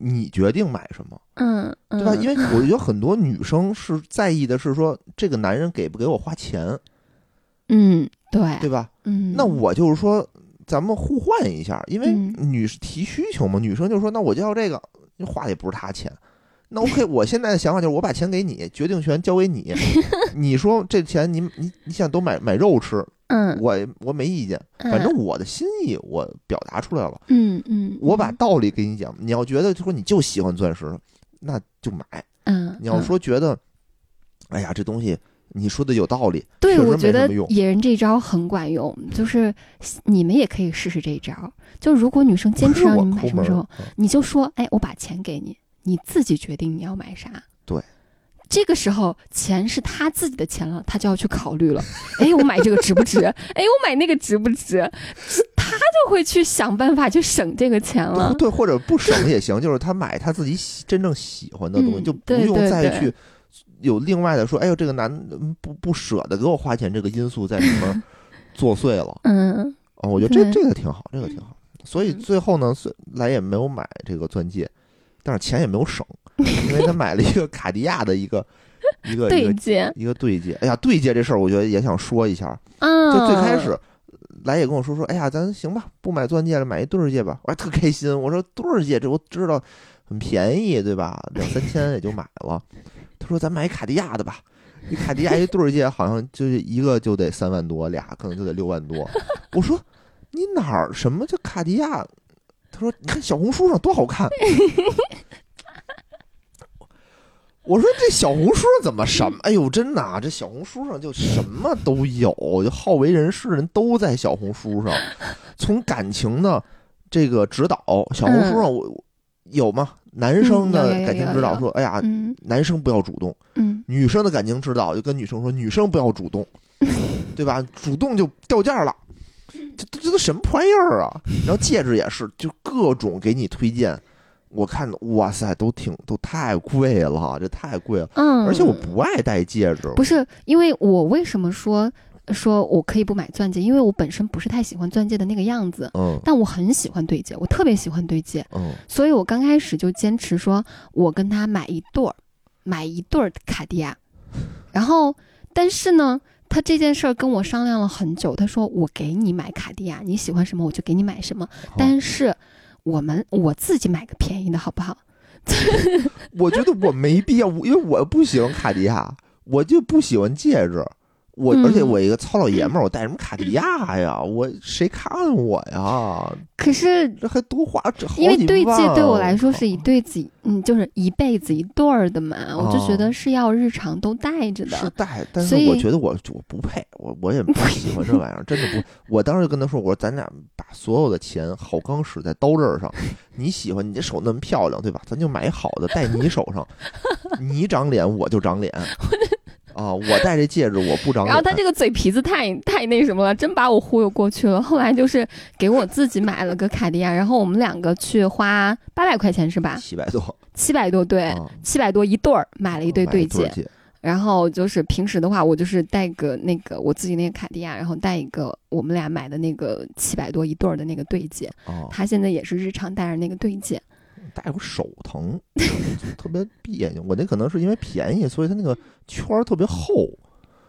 B: 你决定买什么，
C: 嗯，
B: 对吧？
C: 嗯
B: 因为我觉得很多女生是在意的是说这个男人给不给我花钱，
C: 嗯，对，
B: 对吧？
C: 嗯，
B: 那我就是说，咱们互换一下，因为
C: 嗯
B: 女士提需求嘛，女生就说那我就要这个，花的也不是她钱。那 OK，我现在的想法就是我把钱给你，决定权交给你。你说这钱你你你想都买买肉吃，
C: 嗯，
B: 我我没意见，反正我的心意我表达出来了，
C: 嗯嗯，
B: 我把
C: 嗯
B: 道理给你讲。你要觉得就说你就喜欢钻石，那就买；
C: 嗯，
B: 你要
C: 嗯
B: 说觉得，哎呀这东西你说的有道理，
C: 对，
B: 确实
C: 我
B: 没
C: 觉
B: 什
C: 得
B: 么用
C: 野人这一招很管用，就是你们也可以试试这一招。就如果女生坚持
B: 不是
C: 让
B: 我
C: 你买
B: 抠
C: 什么
B: 门
C: 时
B: 儿
C: 候，
B: 嗯
C: 你就说，哎，我把钱给你，你自己决定你要买啥。
B: 对。
C: 这个时候，钱是他自己的钱了，他就要去考虑了。哎，我买这个值不值？哎，我买那个值不值？他就会去想办法去省这个钱了。
B: 对，或者不省也行，就是他买他自己喜真正喜欢的东西，
C: 嗯
B: 就不
C: 对
B: 用
C: 对
B: 再
C: 对
B: 去有另外的说，哎呦，这个男嗯不不舍得给我花钱这个因素在里 面作祟了
C: 嗯
B: 啊。我觉得这
C: 对
B: 这个挺好，这个挺好。所以
C: 嗯
B: 最后呢，虽来也没有买这个钻戒，但是钱也没有省，因为他买了一个卡地亚的一个一个一
C: 对
B: 个
C: 接，
B: 一个对戒。哎呀，对戒这事儿，我觉得也想说一下。
C: 嗯，
B: 就最开始，来也跟我说说，哎呀，咱行吧，不买钻戒了，买一对儿戒吧。我还特开心，我说对儿戒这我知道很便宜，对吧？两三千也就买了。他说咱买卡地亚的吧，一卡地亚一对儿戒好像就是一个就得三万多，俩可能就得六万多。我说你哪儿什么叫卡地亚？他 说你看小红书上多好看。 我说这小红书上怎么什么？哎呦，真的啊，这小红书上就什么都有，就好为人师的人都在小红书上。从感情的这个指导，小红书上我、有吗？男生的
C: 嗯嗯有有有
B: 感情指导说，哎呀，
C: 嗯
B: 男生不要主动；
C: 嗯
B: 女生的感情指导就跟女生说，女生不要 主动，对吧？主动就掉价了。这这这都什么破玩意儿啊？然后戒指也是，就各种给你推荐。我看，哇塞，都挺都太贵了，这太贵了。
C: 嗯，
B: 而且我不爱戴戒指，
C: 不是，因为我为什么说说我可以不买钻戒？因为我本身不是太喜欢钻戒的那个样子，
B: 嗯
C: 但我很喜欢对戒，我特别喜欢对戒，
B: 嗯
C: 所以我刚开始就坚持说我跟他买一对儿，买一对儿卡地亚。然后，但是呢，他这件事儿跟我商量了很久，他说我给你买卡地亚，你喜欢什么我就给你买什么，但是我们我自己买个便宜的好不好？
B: 我觉得我没必要，我因为我不喜欢卡地亚，我就不喜欢戒指，我
C: 嗯
B: 而且我一个糙老爷们儿，我带什么卡地亚呀？我谁看我呀？
C: 可是
B: 这还多花这好
C: 因为
B: 几
C: 对
B: 万
C: 戒
B: 啊
C: 对我来说是一对子一，嗯，就是一辈子一对儿的嘛，我就觉得是要日常都带着
B: 是
C: 的。
B: 带，但是
C: 所以
B: 我觉得我我不配，我我 也不喜欢这玩意儿，真的不。我当时就跟他说，我说咱俩把所有的钱好钢使在刀刃上，你喜欢你这手那么漂亮，对吧？咱就买好的戴你手 上，你长脸我就长脸。啊，我戴这戒指我不长脸。
C: 然后他这个嘴皮子太太那什么了，真把我忽悠过去了。后来就是给我自己买了个卡地亚，然后我们两个去花八百块钱是吧？
B: 七百多，
C: 七百多 对，
B: 啊
C: 七百多一对儿买了一对
B: 哦买
C: 对
B: 对
C: 戒，然后就是平时的话，我就是带个那个我自己那个卡地亚，然后带一个我们俩买的那个七百多一对儿的那个对戒。
B: 啊，
C: 他现在也是日常戴着那个对戒，
B: 戴过手疼， 就特别别扭。我那可能是因为便宜，所以它那个圈儿特别厚，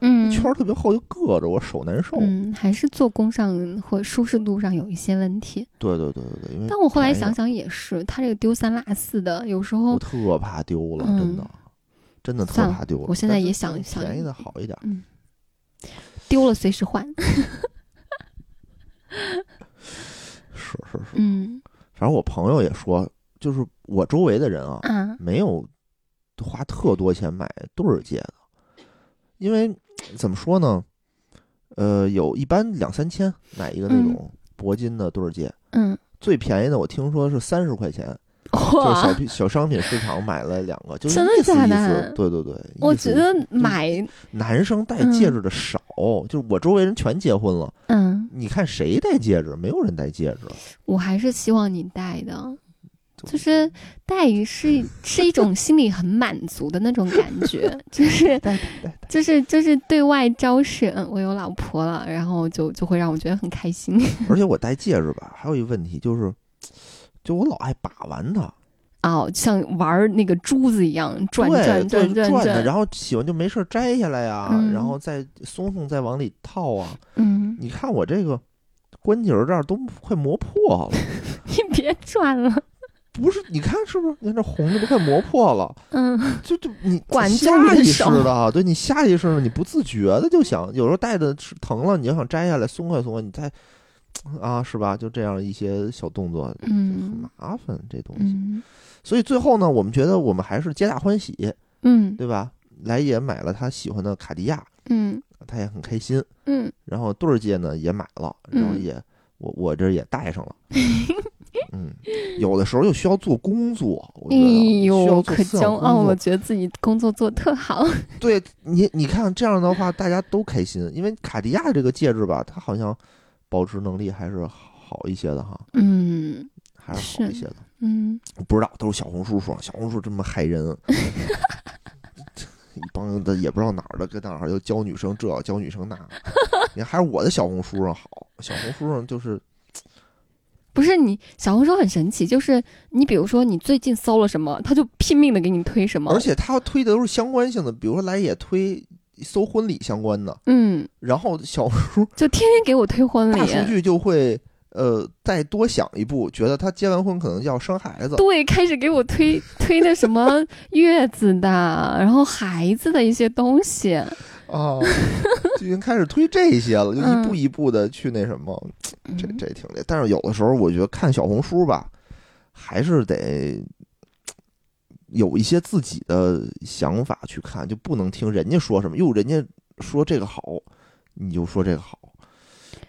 C: 嗯
B: 圈儿特别厚就硌着我手难受。
C: 嗯，还是做工上或舒适度上有一些问题。
B: 对对对对对，因为
C: 但我后来
B: 嗯便宜
C: 想想也是，他这个丢三落四的，有时
B: 我
C: 候
B: 特怕丢了，真的，真的特
C: 嗯算了
B: 怕丢了。
C: 我现在
B: 但是
C: 也想想
B: 便宜的好一点。
C: 丢了随时换。
B: 是是是，
C: 嗯
B: 反正我朋友也说，就是我周围的人啊，
C: 啊，
B: 没有花特多钱买对儿戒的，因为怎么说呢，呃，有一般两三千买一个那种铂金的对儿戒，
C: 嗯，
B: 最便宜的我听说是三十块钱，就小
C: 哇，
B: 批小商品市场买了两个，就是
C: 真的
B: 意思
C: 假
B: 意
C: 的
B: 思，对对对，
C: 我
B: 意思嗯
C: 觉
B: 意思
C: 得买
B: 男生戴戒指的少，就是我周围人全结婚了，
C: 嗯，
B: 你看谁戴戒指？没有人戴戒指，
C: 我还是希望你戴的。
B: 就
C: 就是戴一是是一种心里很满足的那种感觉， 就是
B: 戴戴戴戴。
C: 就是就是对外昭示，嗯，我有老婆了，然后就就会让我觉得很开心。
B: 而且我戴戒指吧，还有一问题就是，就我老爱把玩它，
C: 哦，像玩那个珠子一样转
B: 对
C: 转
B: 对
C: 转
B: 转
C: 转
B: 的，
C: 转，
B: 然后喜欢就没事儿摘下来呀、
C: 嗯
B: 然后再松松再往里套啊。
C: 嗯，
B: 你看我这个关节儿这儿都快磨破了，
C: 你别转了，
B: 不是？你看是不是？你看这红的都快磨破了。
C: 嗯，
B: 就就你
C: 管住
B: 下
C: 你的
B: 意识
C: 手
B: 的，啊对你下意识的，你不自觉的就想，有时候戴的是疼了，你就想摘下来松快松快，你再啊是吧？就这样一些小动作，
C: 嗯
B: 麻烦这东西。
C: 嗯
B: 所以最后呢，我们觉得我们还是皆大欢喜，
C: 嗯
B: 对吧？来也买了他喜欢的卡地亚，
C: 嗯
B: 他也很开心。
C: 嗯，
B: 然后对儿戒呢也买了，然后也、我我这也戴上了。嗯，有的时候又需要做工作，我
C: 哎
B: 觉得需
C: 呦，
B: 要
C: 可
B: 做思想
C: 骄傲
B: 工作
C: 了，觉得自己工作做特好，
B: 对你，你看这样的话，大家都开心，因为卡地亚这个戒指吧，它好像保值能力还是好一些的哈，
C: 嗯
B: 还是好一些的。
C: 嗯，
B: 不知道都是小红书说，小红书这么害人， 一帮的也不知道哪儿的，跟哪儿又教女生这教女生那，你看还是我的小红书上好，小红书上就是
C: 不是你小红书很神奇，就是你比如说你最近搜了什么，他就拼命的给你推什么，
B: 而且他推的都是相关性的，比如说来也推搜婚礼相关的，
C: 嗯，
B: 然后小红书
C: 就天天给我推婚
B: 大
C: 礼，
B: 数据就会呃再多想一步，觉得他结完婚可能要生孩子，
C: 对，开始给我推推那什么月子的，然后孩子的一些东西，
B: 啊，就已经开始推这些了，就
C: 嗯
B: 一步一步的去那什么，
C: 嗯
B: 这这挺累。但是有的时候我觉得看小红书吧，还是得。有一些自己的想法去看，就不能听人家说什么。哟，人家说这个好，你就说这个好，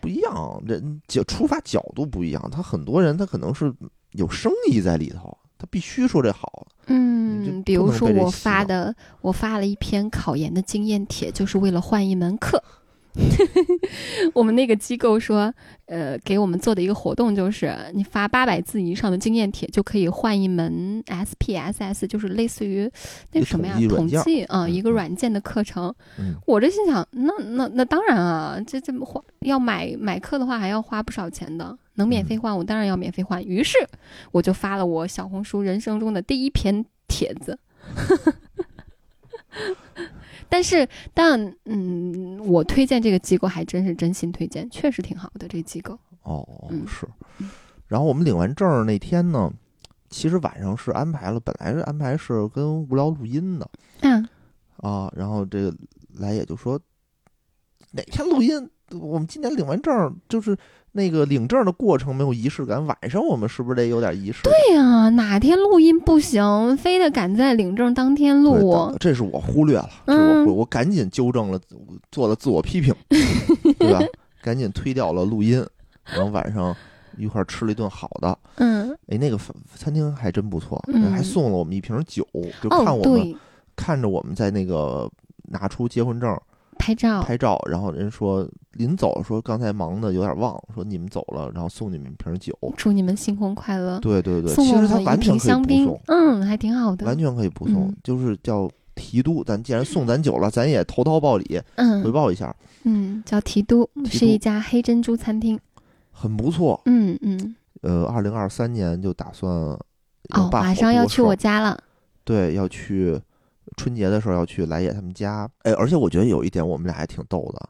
B: 不一样。人角出发角度不一样，他很多人他可能是有生意在里头，他必须说这好。你
C: 嗯，
B: 就
C: 比
B: 不
C: 如
B: 能
C: 说
B: 被这
C: 我
B: 洗
C: 发
B: 脑
C: 的，我发了一篇考研的经验帖，就是为了换一门课。 我们那个机构说，呃，给我们做的一个活动就是，你发八百字以上的经验帖就可以换一门 SPSS，就是类似于那
B: 一
C: 个什么呀
B: 统计，软
C: 统
B: 件儿
C: 计啊、
B: 嗯
C: 一个
B: 嗯
C: 软件的课程。
B: 嗯，
C: 我这心想，那那那当然啊，这这花要买买课的话，还要花不少钱的，能免
B: 嗯
C: 费换，我当然要免费换。于是我就发了我小红书人生中的第一篇帖子。 但是，但嗯，我推荐这个机构还真是真心推荐，确实挺好的。这个机构，
B: 哦，
C: 嗯
B: 是。然后我们领完证儿那天呢，其实晚上是安排了，本来是安排是跟无聊录音的
C: 嗯
B: 啊。然后这个来也就说，哪天录音？我们今年领完证儿，就是那个领证儿的过程没有仪式感，晚上我们是不是得有点仪式感？
C: 对哎呀、哪天录音不行，非得赶在领证当天
B: 对
C: 录
B: 的，这是我忽略了，这是我
C: 嗯
B: 忽我赶紧纠正了，我做了自我批评，对吧？ 赶紧推掉了录音，然后晚上一块儿吃了一顿好的，
C: 嗯，
B: 哎，那个饭餐厅还真不错，
C: 嗯
B: 还送了我们一瓶酒，就看
C: 哦，
B: 我们、
C: 对，
B: 看着我们在那个拿出结婚
C: 哦
B: 证
C: 拍照，
B: 拍照，然后人说临走说刚才忙的有点忘，说你们走了，然后送你们一瓶酒。
C: 祝你们新婚快乐。
B: 对对对，
C: 哦送
B: 其
C: 我
B: 实他
C: 们一
B: 完全
C: 瓶
B: 可以
C: 香
B: 不
C: 槟
B: 送，，
C: 嗯，还挺好
B: 完
C: 的，
B: 全可以不送，
C: 嗯
B: 就是叫提督。咱既然送咱酒了，咱也投桃报李，回
C: 嗯
B: 报一下，
C: 嗯，叫提督，
B: 提
C: 是
B: 督
C: 一家黑珍珠餐厅，
B: 很不错。
C: 嗯嗯，
B: 呃，二零二三年就打算
C: 哦，
B: 办
C: 马
B: 好
C: 上
B: 多
C: 要去
B: 事儿
C: 我家了，
B: 对，要去春节的时候要去来野他们家。哎，而且我觉得有一点我们俩还挺逗的，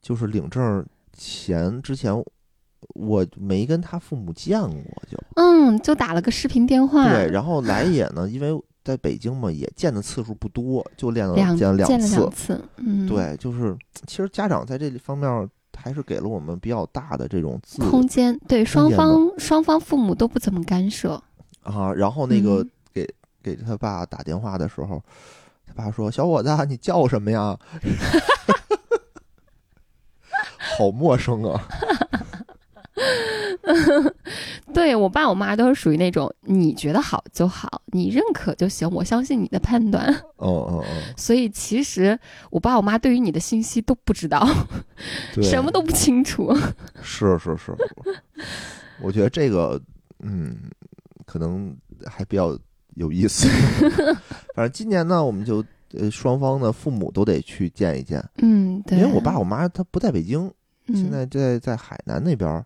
B: 就是领证前之前我没跟他父母见过就，
C: 嗯，就打了个视频电话，
B: 对。然后来野呢，因为在北京嘛，也见的次数不多，就练了
C: 两
B: 见了
C: 见了
B: 次
C: 两。次，嗯，，
B: 对，就是其实家长在这方面还是给了我们比较大的这种自
C: 空间，对，双
B: 间
C: 方双方父母都不怎么干涉，
B: 啊。然后那个
C: 嗯
B: 给他爸打电话的时候，他爸说：“小伙子，你叫什么呀？” 好陌生啊！
C: 对我爸我妈都是属于那种你觉得好就好，你认可就行，我相信你的判断。
B: 嗯嗯嗯，
C: 所以其实我爸我妈对于你的信息都不知道，
B: 对，
C: 什么都不清楚。
B: 是是是。我觉得这个，嗯，可能还比较有意思。 反正今年呢，我们就呃双方的父母都得去见一见，
C: 嗯，对，
B: 因为我爸我妈他不在北京，
C: 嗯
B: 现在在在海南那边儿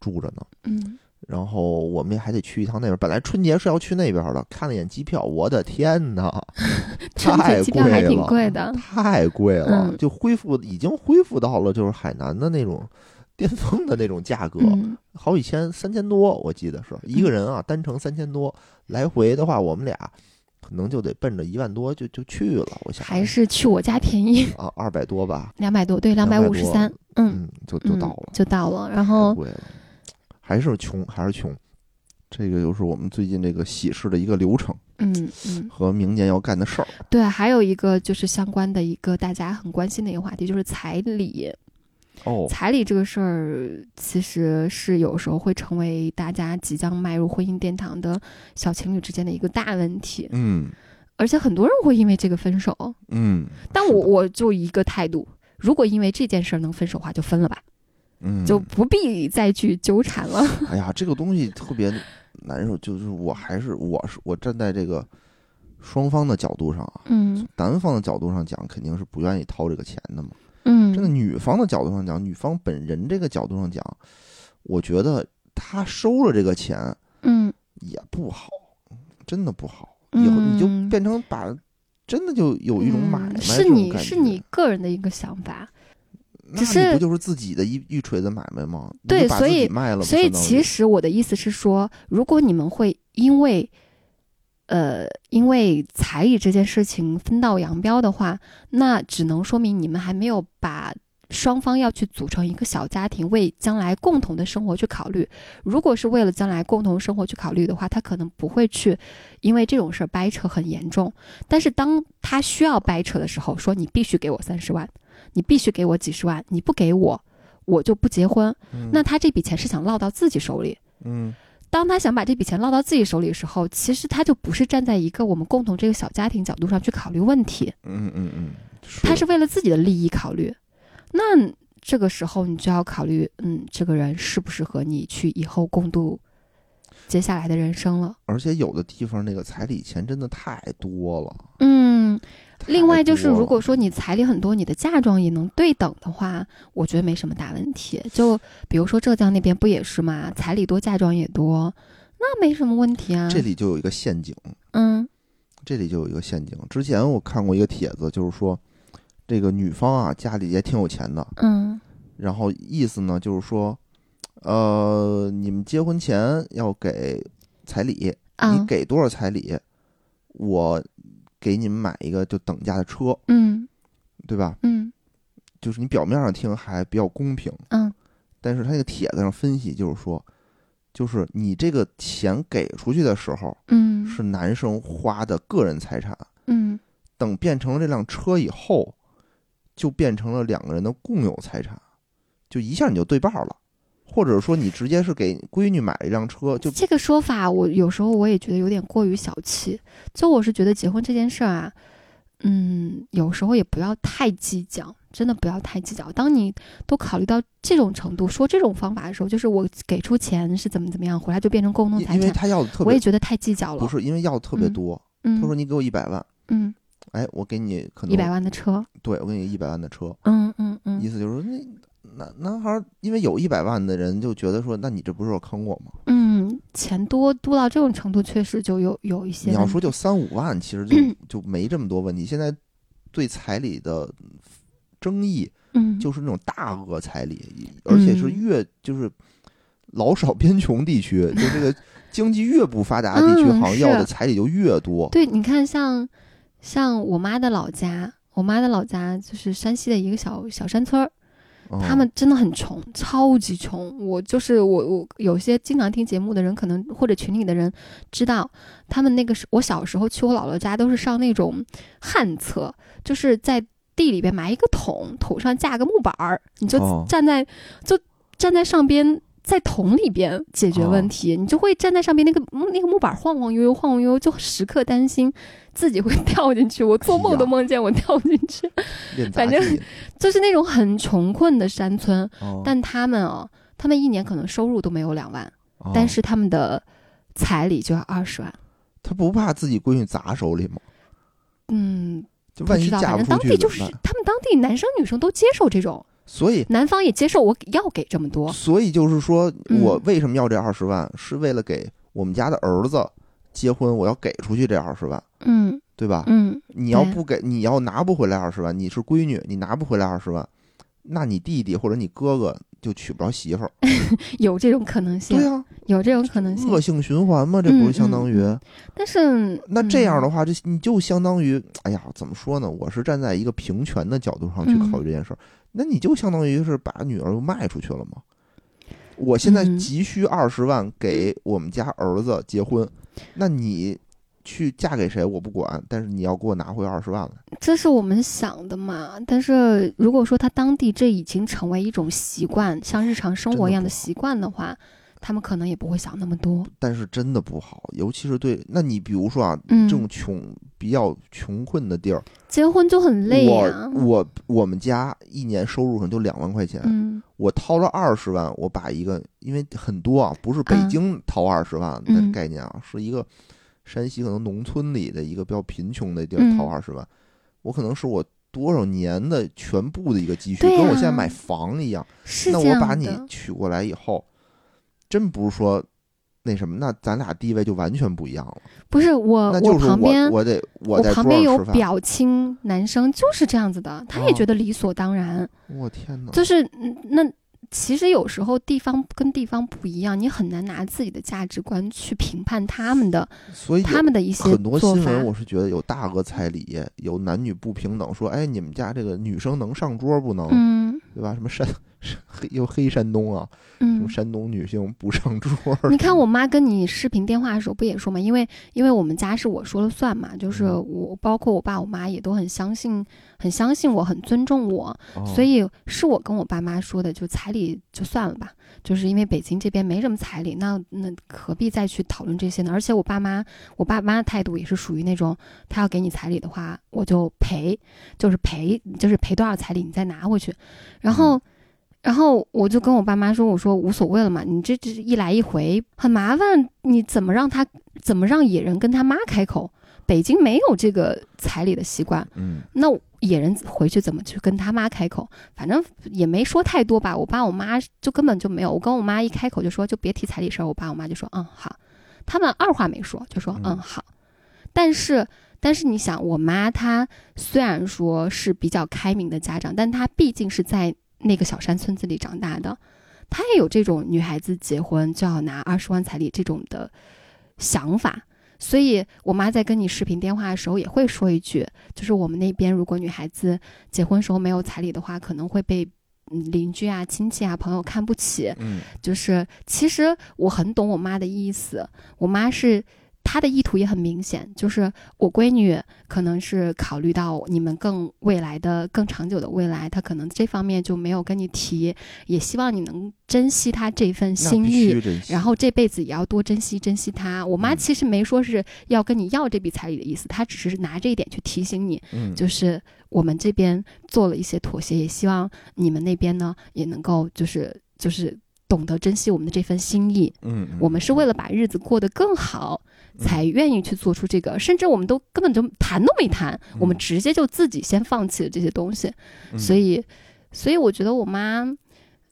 B: 住着呢。
C: 嗯，
B: 然后我们还得去一趟那边儿。本来春节是要去那边儿的，看了一眼机票，我的天呐，
C: 春
B: 太
C: 节机票还挺贵的。
B: 太贵了，
C: 嗯
B: 就恢复已经恢复到了就是海南的那种巅峰的那种价格，
C: 嗯，
B: 好几千，三千多，我记得是一个人啊，单程三千多，来回的话我们俩可能就得奔着一万多就就去了，我想
C: 还是去我家便宜，
B: 啊二百多吧，
C: 两百多，对，两百
B: 250
C: 五十三，嗯，
B: 嗯，就就
C: 嗯哦
B: 到了，
C: 就到了。然
B: 太
C: 后，
B: 贵了，还是穷，还是穷。这个就是我们最近这个喜事的一个流程。
C: 嗯嗯，
B: 和明年要干的事儿。
C: 对，还有一个就是相关的一个大家很关心的一个话题，就是彩礼。
B: 哦，
C: 彩礼这个事儿，其实是有时候会成为大家即将迈入婚姻殿堂的小情侣之间的一个大问题，
B: 嗯
C: 而且很多人会因为这个分手。
B: 嗯，
C: 但
B: 是
C: 我
B: 的
C: 我就一个态度，如果因为这件事儿能分手的话，就分了吧，
B: 嗯
C: 就不必再去纠缠了。
B: 哎呀， 这个东西特别难受，就是我还是我是我站在这个双方的角度上啊，
C: 嗯
B: 男方的角度上讲，肯定是不愿意掏这个钱的嘛。
C: 嗯，
B: 站在女方的角度上讲，女方本人这个角度上讲，我觉得她收了这个钱
C: 嗯
B: 也不好，真的不好。以后你就
C: 嗯
B: 变成把，真的就有一种买卖
C: 嗯
B: 这
C: 是
B: 种
C: 你
B: 感
C: 是
B: 觉
C: 你个人的一个想法，
B: 那
C: 只
B: 你
C: 是
B: 不就是自己的一一锤子买卖吗？你
C: 对
B: 就把
C: 所
B: 自己
C: 以
B: 卖了嘛，
C: 所以
B: 相当于
C: 其实我的意思是说，如果你们会因为，呃，因为彩礼这件事情分道扬镳的话，那只能说明你们还没有把双方要去组成一个小家庭，为将来共同的生活去考虑。如果是为了将来共同生活去考虑的话，他可能不会去因为这种事儿掰扯很严重。但是当他需要掰扯的时候，说你必须给我三十万，你必须给我几十万，你不给我，我就不结婚。
B: 嗯
C: 那他这笔钱是想落到自己手里。
B: 嗯
C: 当他想把这笔钱落到自己手里的时候，其实他就不是站在一个我们共同这个小家庭角度上去考虑问题，
B: 嗯嗯嗯，
C: 他是
B: 是
C: 为了自己的利益考虑。那这个时候你就要考虑，嗯，这个人适不适合你去以后共度接下来的人生了。
B: 而且有的地方那个彩礼钱真的太多了。
C: 嗯，另外就是，
B: 太多了
C: 如果说你彩礼很多，你的嫁妆也能对等的话，我觉得没什么大问题。就比如说浙江那边不也是嘛，彩礼多，嫁妆也多，那没什么问题啊。
B: 这里就有一个陷阱，
C: 嗯
B: 这里就有一个陷阱。之前我看过一个帖子，就是说这个女方啊家里也挺有钱的，
C: 嗯
B: 然后意思呢就是说，呃，你们结婚前要给彩礼，你
C: 啊
B: 给多少彩礼，我给你们买一个就等价的车，
C: 嗯
B: 对吧？
C: 嗯
B: 就是你表面上听还比较公平，
C: 嗯
B: 但是他那个帖子上分析就是说，就是你这个钱给出去的时候
C: 嗯
B: 是男生花的个人财产，
C: 嗯
B: 等变成了这辆车以后，就变成了两个人的共有财产，就一下你就对半了，或者说你直接是给闺女买了一辆车，就
C: 这个说法，我有时候我也觉得有点过于小气。就我是觉得结婚这件事儿啊，嗯，有时候也不要太计较，真的不要太计较。当你都考虑到这种程度，说这种方法的时候，就是我给出钱是怎么怎么样，回来就变成共同
B: 因
C: 财
B: 因为
C: 产，
B: 他要的特
C: 我
B: 别
C: 也觉得太计较
B: 不
C: 了。
B: 是因为要的特别
C: 嗯
B: 多，
C: 嗯，
B: 他说你给我一百万，
C: 嗯，
B: 哎，我给你可能
C: 一百万的车，
B: 对我给你一百万的车，
C: 嗯嗯嗯
B: 意思就是说那男男孩儿因为有一百万的人就觉得说，那你这不是坑我吗？
C: 嗯，钱多多到这种程度，确实就有有一些
B: 你要
C: 问
B: 说
C: 题
B: 就三五万，其实 就就没这么多问题。现在对彩礼的争议
C: 嗯，
B: 就是那种大额彩礼，而且是越就是老少边穷地区，就这个经济越不发达的地区，
C: 嗯
B: 好像要的
C: 是
B: 彩礼就越多。
C: 对，你看像像我妈的老家，我妈的老家就是山西的一个小小山村儿，
B: 嗯
C: 他们真的很穷，超级穷。我就是我我有些经常听节目的人，可能或者群里的人知道，他们那个时我小时候去我姥姥家都是上那种旱厕，就是在地里边埋一个桶，桶上架个木板儿，你就
B: 哦
C: 站在、就站在上边。在桶里边解决问题，你就会站在上边那个木那个木板晃晃悠悠，晃晃悠悠，就时刻担心自己会掉进去。我做梦都梦见我掉进去，
B: 练杂
C: 反正
B: 技，
C: 就是那种很穷困的山村，
B: 哦
C: 但他们哦，他们一年可能收入都没有两万，
B: 哦
C: 但是他们的彩礼就要二十万。
B: 他不怕自己闺女砸手里吗？
C: 嗯，
B: 就
C: 不
B: 万一
C: 知道，
B: 嫁
C: 反
B: 不
C: 正当
B: 出
C: 地
B: 去
C: 就
B: 怎么
C: 是
B: 办？
C: 他们当地男生女生都接受这种，
B: 所以
C: 男方也接受我要给这么多。
B: 所以就是说，
C: 嗯
B: 我为什么要这二十万？是为了给我们家的儿子结婚，我要给出去这二十万，
C: 嗯
B: 对吧？
C: 嗯
B: 你要
C: 对
B: 不给，你要拿不回来二十万，你是闺女，你拿不回来二十万，那你弟弟或者你哥哥就娶不着媳妇儿。
C: 有这种可能性
B: 对，呀，
C: 有这种可能性。
B: 恶性循环嘛，这不是相当于？
C: 但是
B: 那这样的
C: 嗯
B: 话，这你就相当于，哎呀，怎么说呢？我是站在一个平权的角度上
C: 嗯
B: 去考虑这件事儿，那你就相当于是把女儿又卖出去了嘛。我现在
C: 嗯
B: 急需二十万给我们家儿子结婚，那你去嫁给谁我不管，但是你要给我拿回二十万来。
C: 嗯这是我们想的嘛。但是如果说他当地这已经成为一种习惯，像日常生活一样的
B: 真的不好
C: 习惯的话，他们可能也不会想那么多。
B: 但是真的不好，尤其是对，那你比如说啊，
C: 嗯
B: 这，种穷比较穷困的地儿，
C: 结婚就很累呀、
B: 我嗯我我们家一年收入可能就两万块钱，
C: 嗯
B: 我掏了二十万，我把一个，因为很多啊，不是北京掏二十万的
C: 嗯
B: 概念啊，是一个山西可能农村里的一个比较贫穷的地
C: 嗯
B: 儿掏二十万，我可能是我多少年的全部的一个积蓄，
C: 对
B: 跟
C: 啊
B: 我现在买房一样。
C: 是
B: 那
C: 这
B: 我
C: 样
B: 把
C: 的。
B: 你娶过来以后，真不是说那什么，那咱俩地位就完全不一样了。
C: 不是呃我，
B: 那就是
C: 旁
B: 我
C: 边，
B: 我得我
C: 我
B: 在
C: 旁
B: 桌
C: 边
B: 上
C: 有
B: 吃饭。
C: 表亲男生就是这样子的，他也
B: 哦嗯
C: 觉得理所当然，
B: 我天哪！
C: 就是嗯那。其实有时候地方跟地方不一样，你很难拿自己的价值观去评判他们的
B: 所以有
C: 他们的一些
B: 很多
C: 做
B: 新
C: 法。
B: 闻，我是觉得有大额彩礼，有男女不平等，说哎，你们家这个女生能上桌不能，
C: 嗯
B: 对吧？什么山黑又黑山东啊，什
C: 嗯
B: 么，山东女性不上 桌。
C: 你看我妈跟你视频电话的时候不也说嘛，因为因为我们家是我说了算嘛，就是
B: 嗯
C: 我包括我爸我妈也都很相信，很相信我，很尊重我，
B: 哦
C: 所以是我跟我爸妈说的，就彩礼就算了吧，就是因为北京这边没什么彩礼，那那何必再去讨论这些呢？而且我爸妈，我爸妈的态度也是属于那种，他要给你彩礼的话，我就赔，就是赔，就是赔多少彩礼你再拿回去。然后，然后我就跟我爸妈说，我说无所谓了嘛，你这这一来一回很麻烦，你怎么让他怎么让野人跟他妈开口？北京没有这个彩礼的习惯，
B: 嗯，
C: 那野人回去怎么去跟他妈开口？反正也没说太多吧。我爸我妈就根本就没有，我跟我妈一开口就说就别提彩礼事儿，我爸我妈就说嗯好，他们二话没说就说
B: 嗯
C: 嗯好。但是但是你想，我妈她虽然说是比较开明的家长，但她毕竟是在那个小山村子里长大的，她也有这种女孩子结婚就要拿二十万彩礼这种的想法。所以我妈在跟你视频电话的时候也会说一句，就是我们那边如果女孩子结婚时候没有彩礼的话，可能会被。嗯，邻居啊、亲戚啊、朋友看不起，
B: 嗯
C: 就是其实我很懂我妈的意思，我妈是她的意图也很明显，就是我闺女可能是考虑到你们更未来的、更长久的未来，她可能这方面就没有跟你提，也希望你能珍惜她这份
B: 那
C: 心
B: 必
C: 意
B: 须。珍惜
C: 然后这辈子也要多珍惜珍惜她。我妈
B: 嗯
C: 其实没说是要跟你要这笔彩礼的意思，她只是拿这一点去提醒你，
B: 嗯
C: 就是我们这边做了一些妥协，也希望你们那边呢也能够就是就是懂得珍惜我们的这份心意。
B: 嗯，嗯
C: 我们是为了把日子过得更好，才愿意去做出这个，甚至我们都根本就谈都没谈，我们
B: 嗯
C: 直接就自己先放弃了这些东西。
B: 嗯
C: 所以，所以我觉得我妈，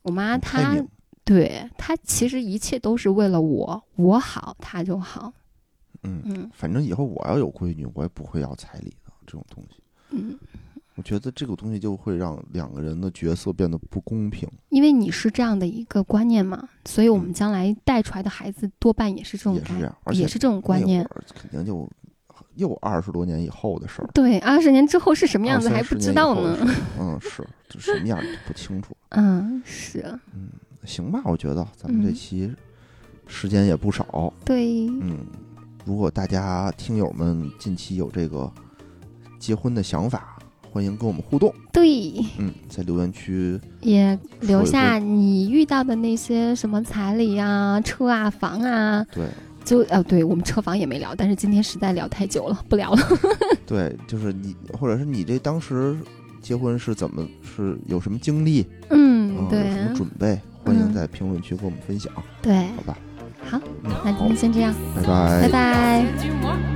C: 我妈
B: 很嗯开
C: 她
B: 明
C: 对她其实一切都是为了我，我好她就好。
B: 嗯
C: 嗯
B: 反正以后我要有闺女，我也不会要彩礼的这种东西。
C: 嗯，
B: 我觉得这个东西就会让两个人的角色变得不公平，
C: 因为你是这样的一个观念嘛，所以我们
B: 嗯
C: 将来带出来的孩子多半也是这种
B: 也是
C: 概
B: 这样而且
C: 也是这种观念
B: 那。会儿肯定就又二十多年以后的事儿，
C: 对，二十年之后是什么样子
B: 20-30
C: 还不知道
B: 年以后
C: 呢。
B: 的事儿。嗯，是，这什么样儿就不清楚了。
C: 嗯，是
B: 行吧，我觉得咱们这
C: 嗯
B: 期时间也不少，
C: 对，
B: 嗯，如果大家听友们近期有这个结婚的想法，欢迎跟我们互动，
C: 对，
B: 嗯，在留言区
C: 也留
B: 说一
C: 下你遇到的那些什么彩礼啊、车啊、房啊，
B: 对
C: 就呃，对我们车房也没聊，但是今天实在聊太久了，不聊了。
B: 对，就是你，或者是你这当时结婚是怎么是有什么经历，
C: 嗯，
B: 哦有
C: 对
B: 什么准备，欢迎
C: 嗯
B: 在评论区跟我们分享，
C: 对，
B: 好吧？
C: 好，
B: 嗯，
C: 那今天先这样，
B: 拜拜
C: 拜拜。
A: Dis-moi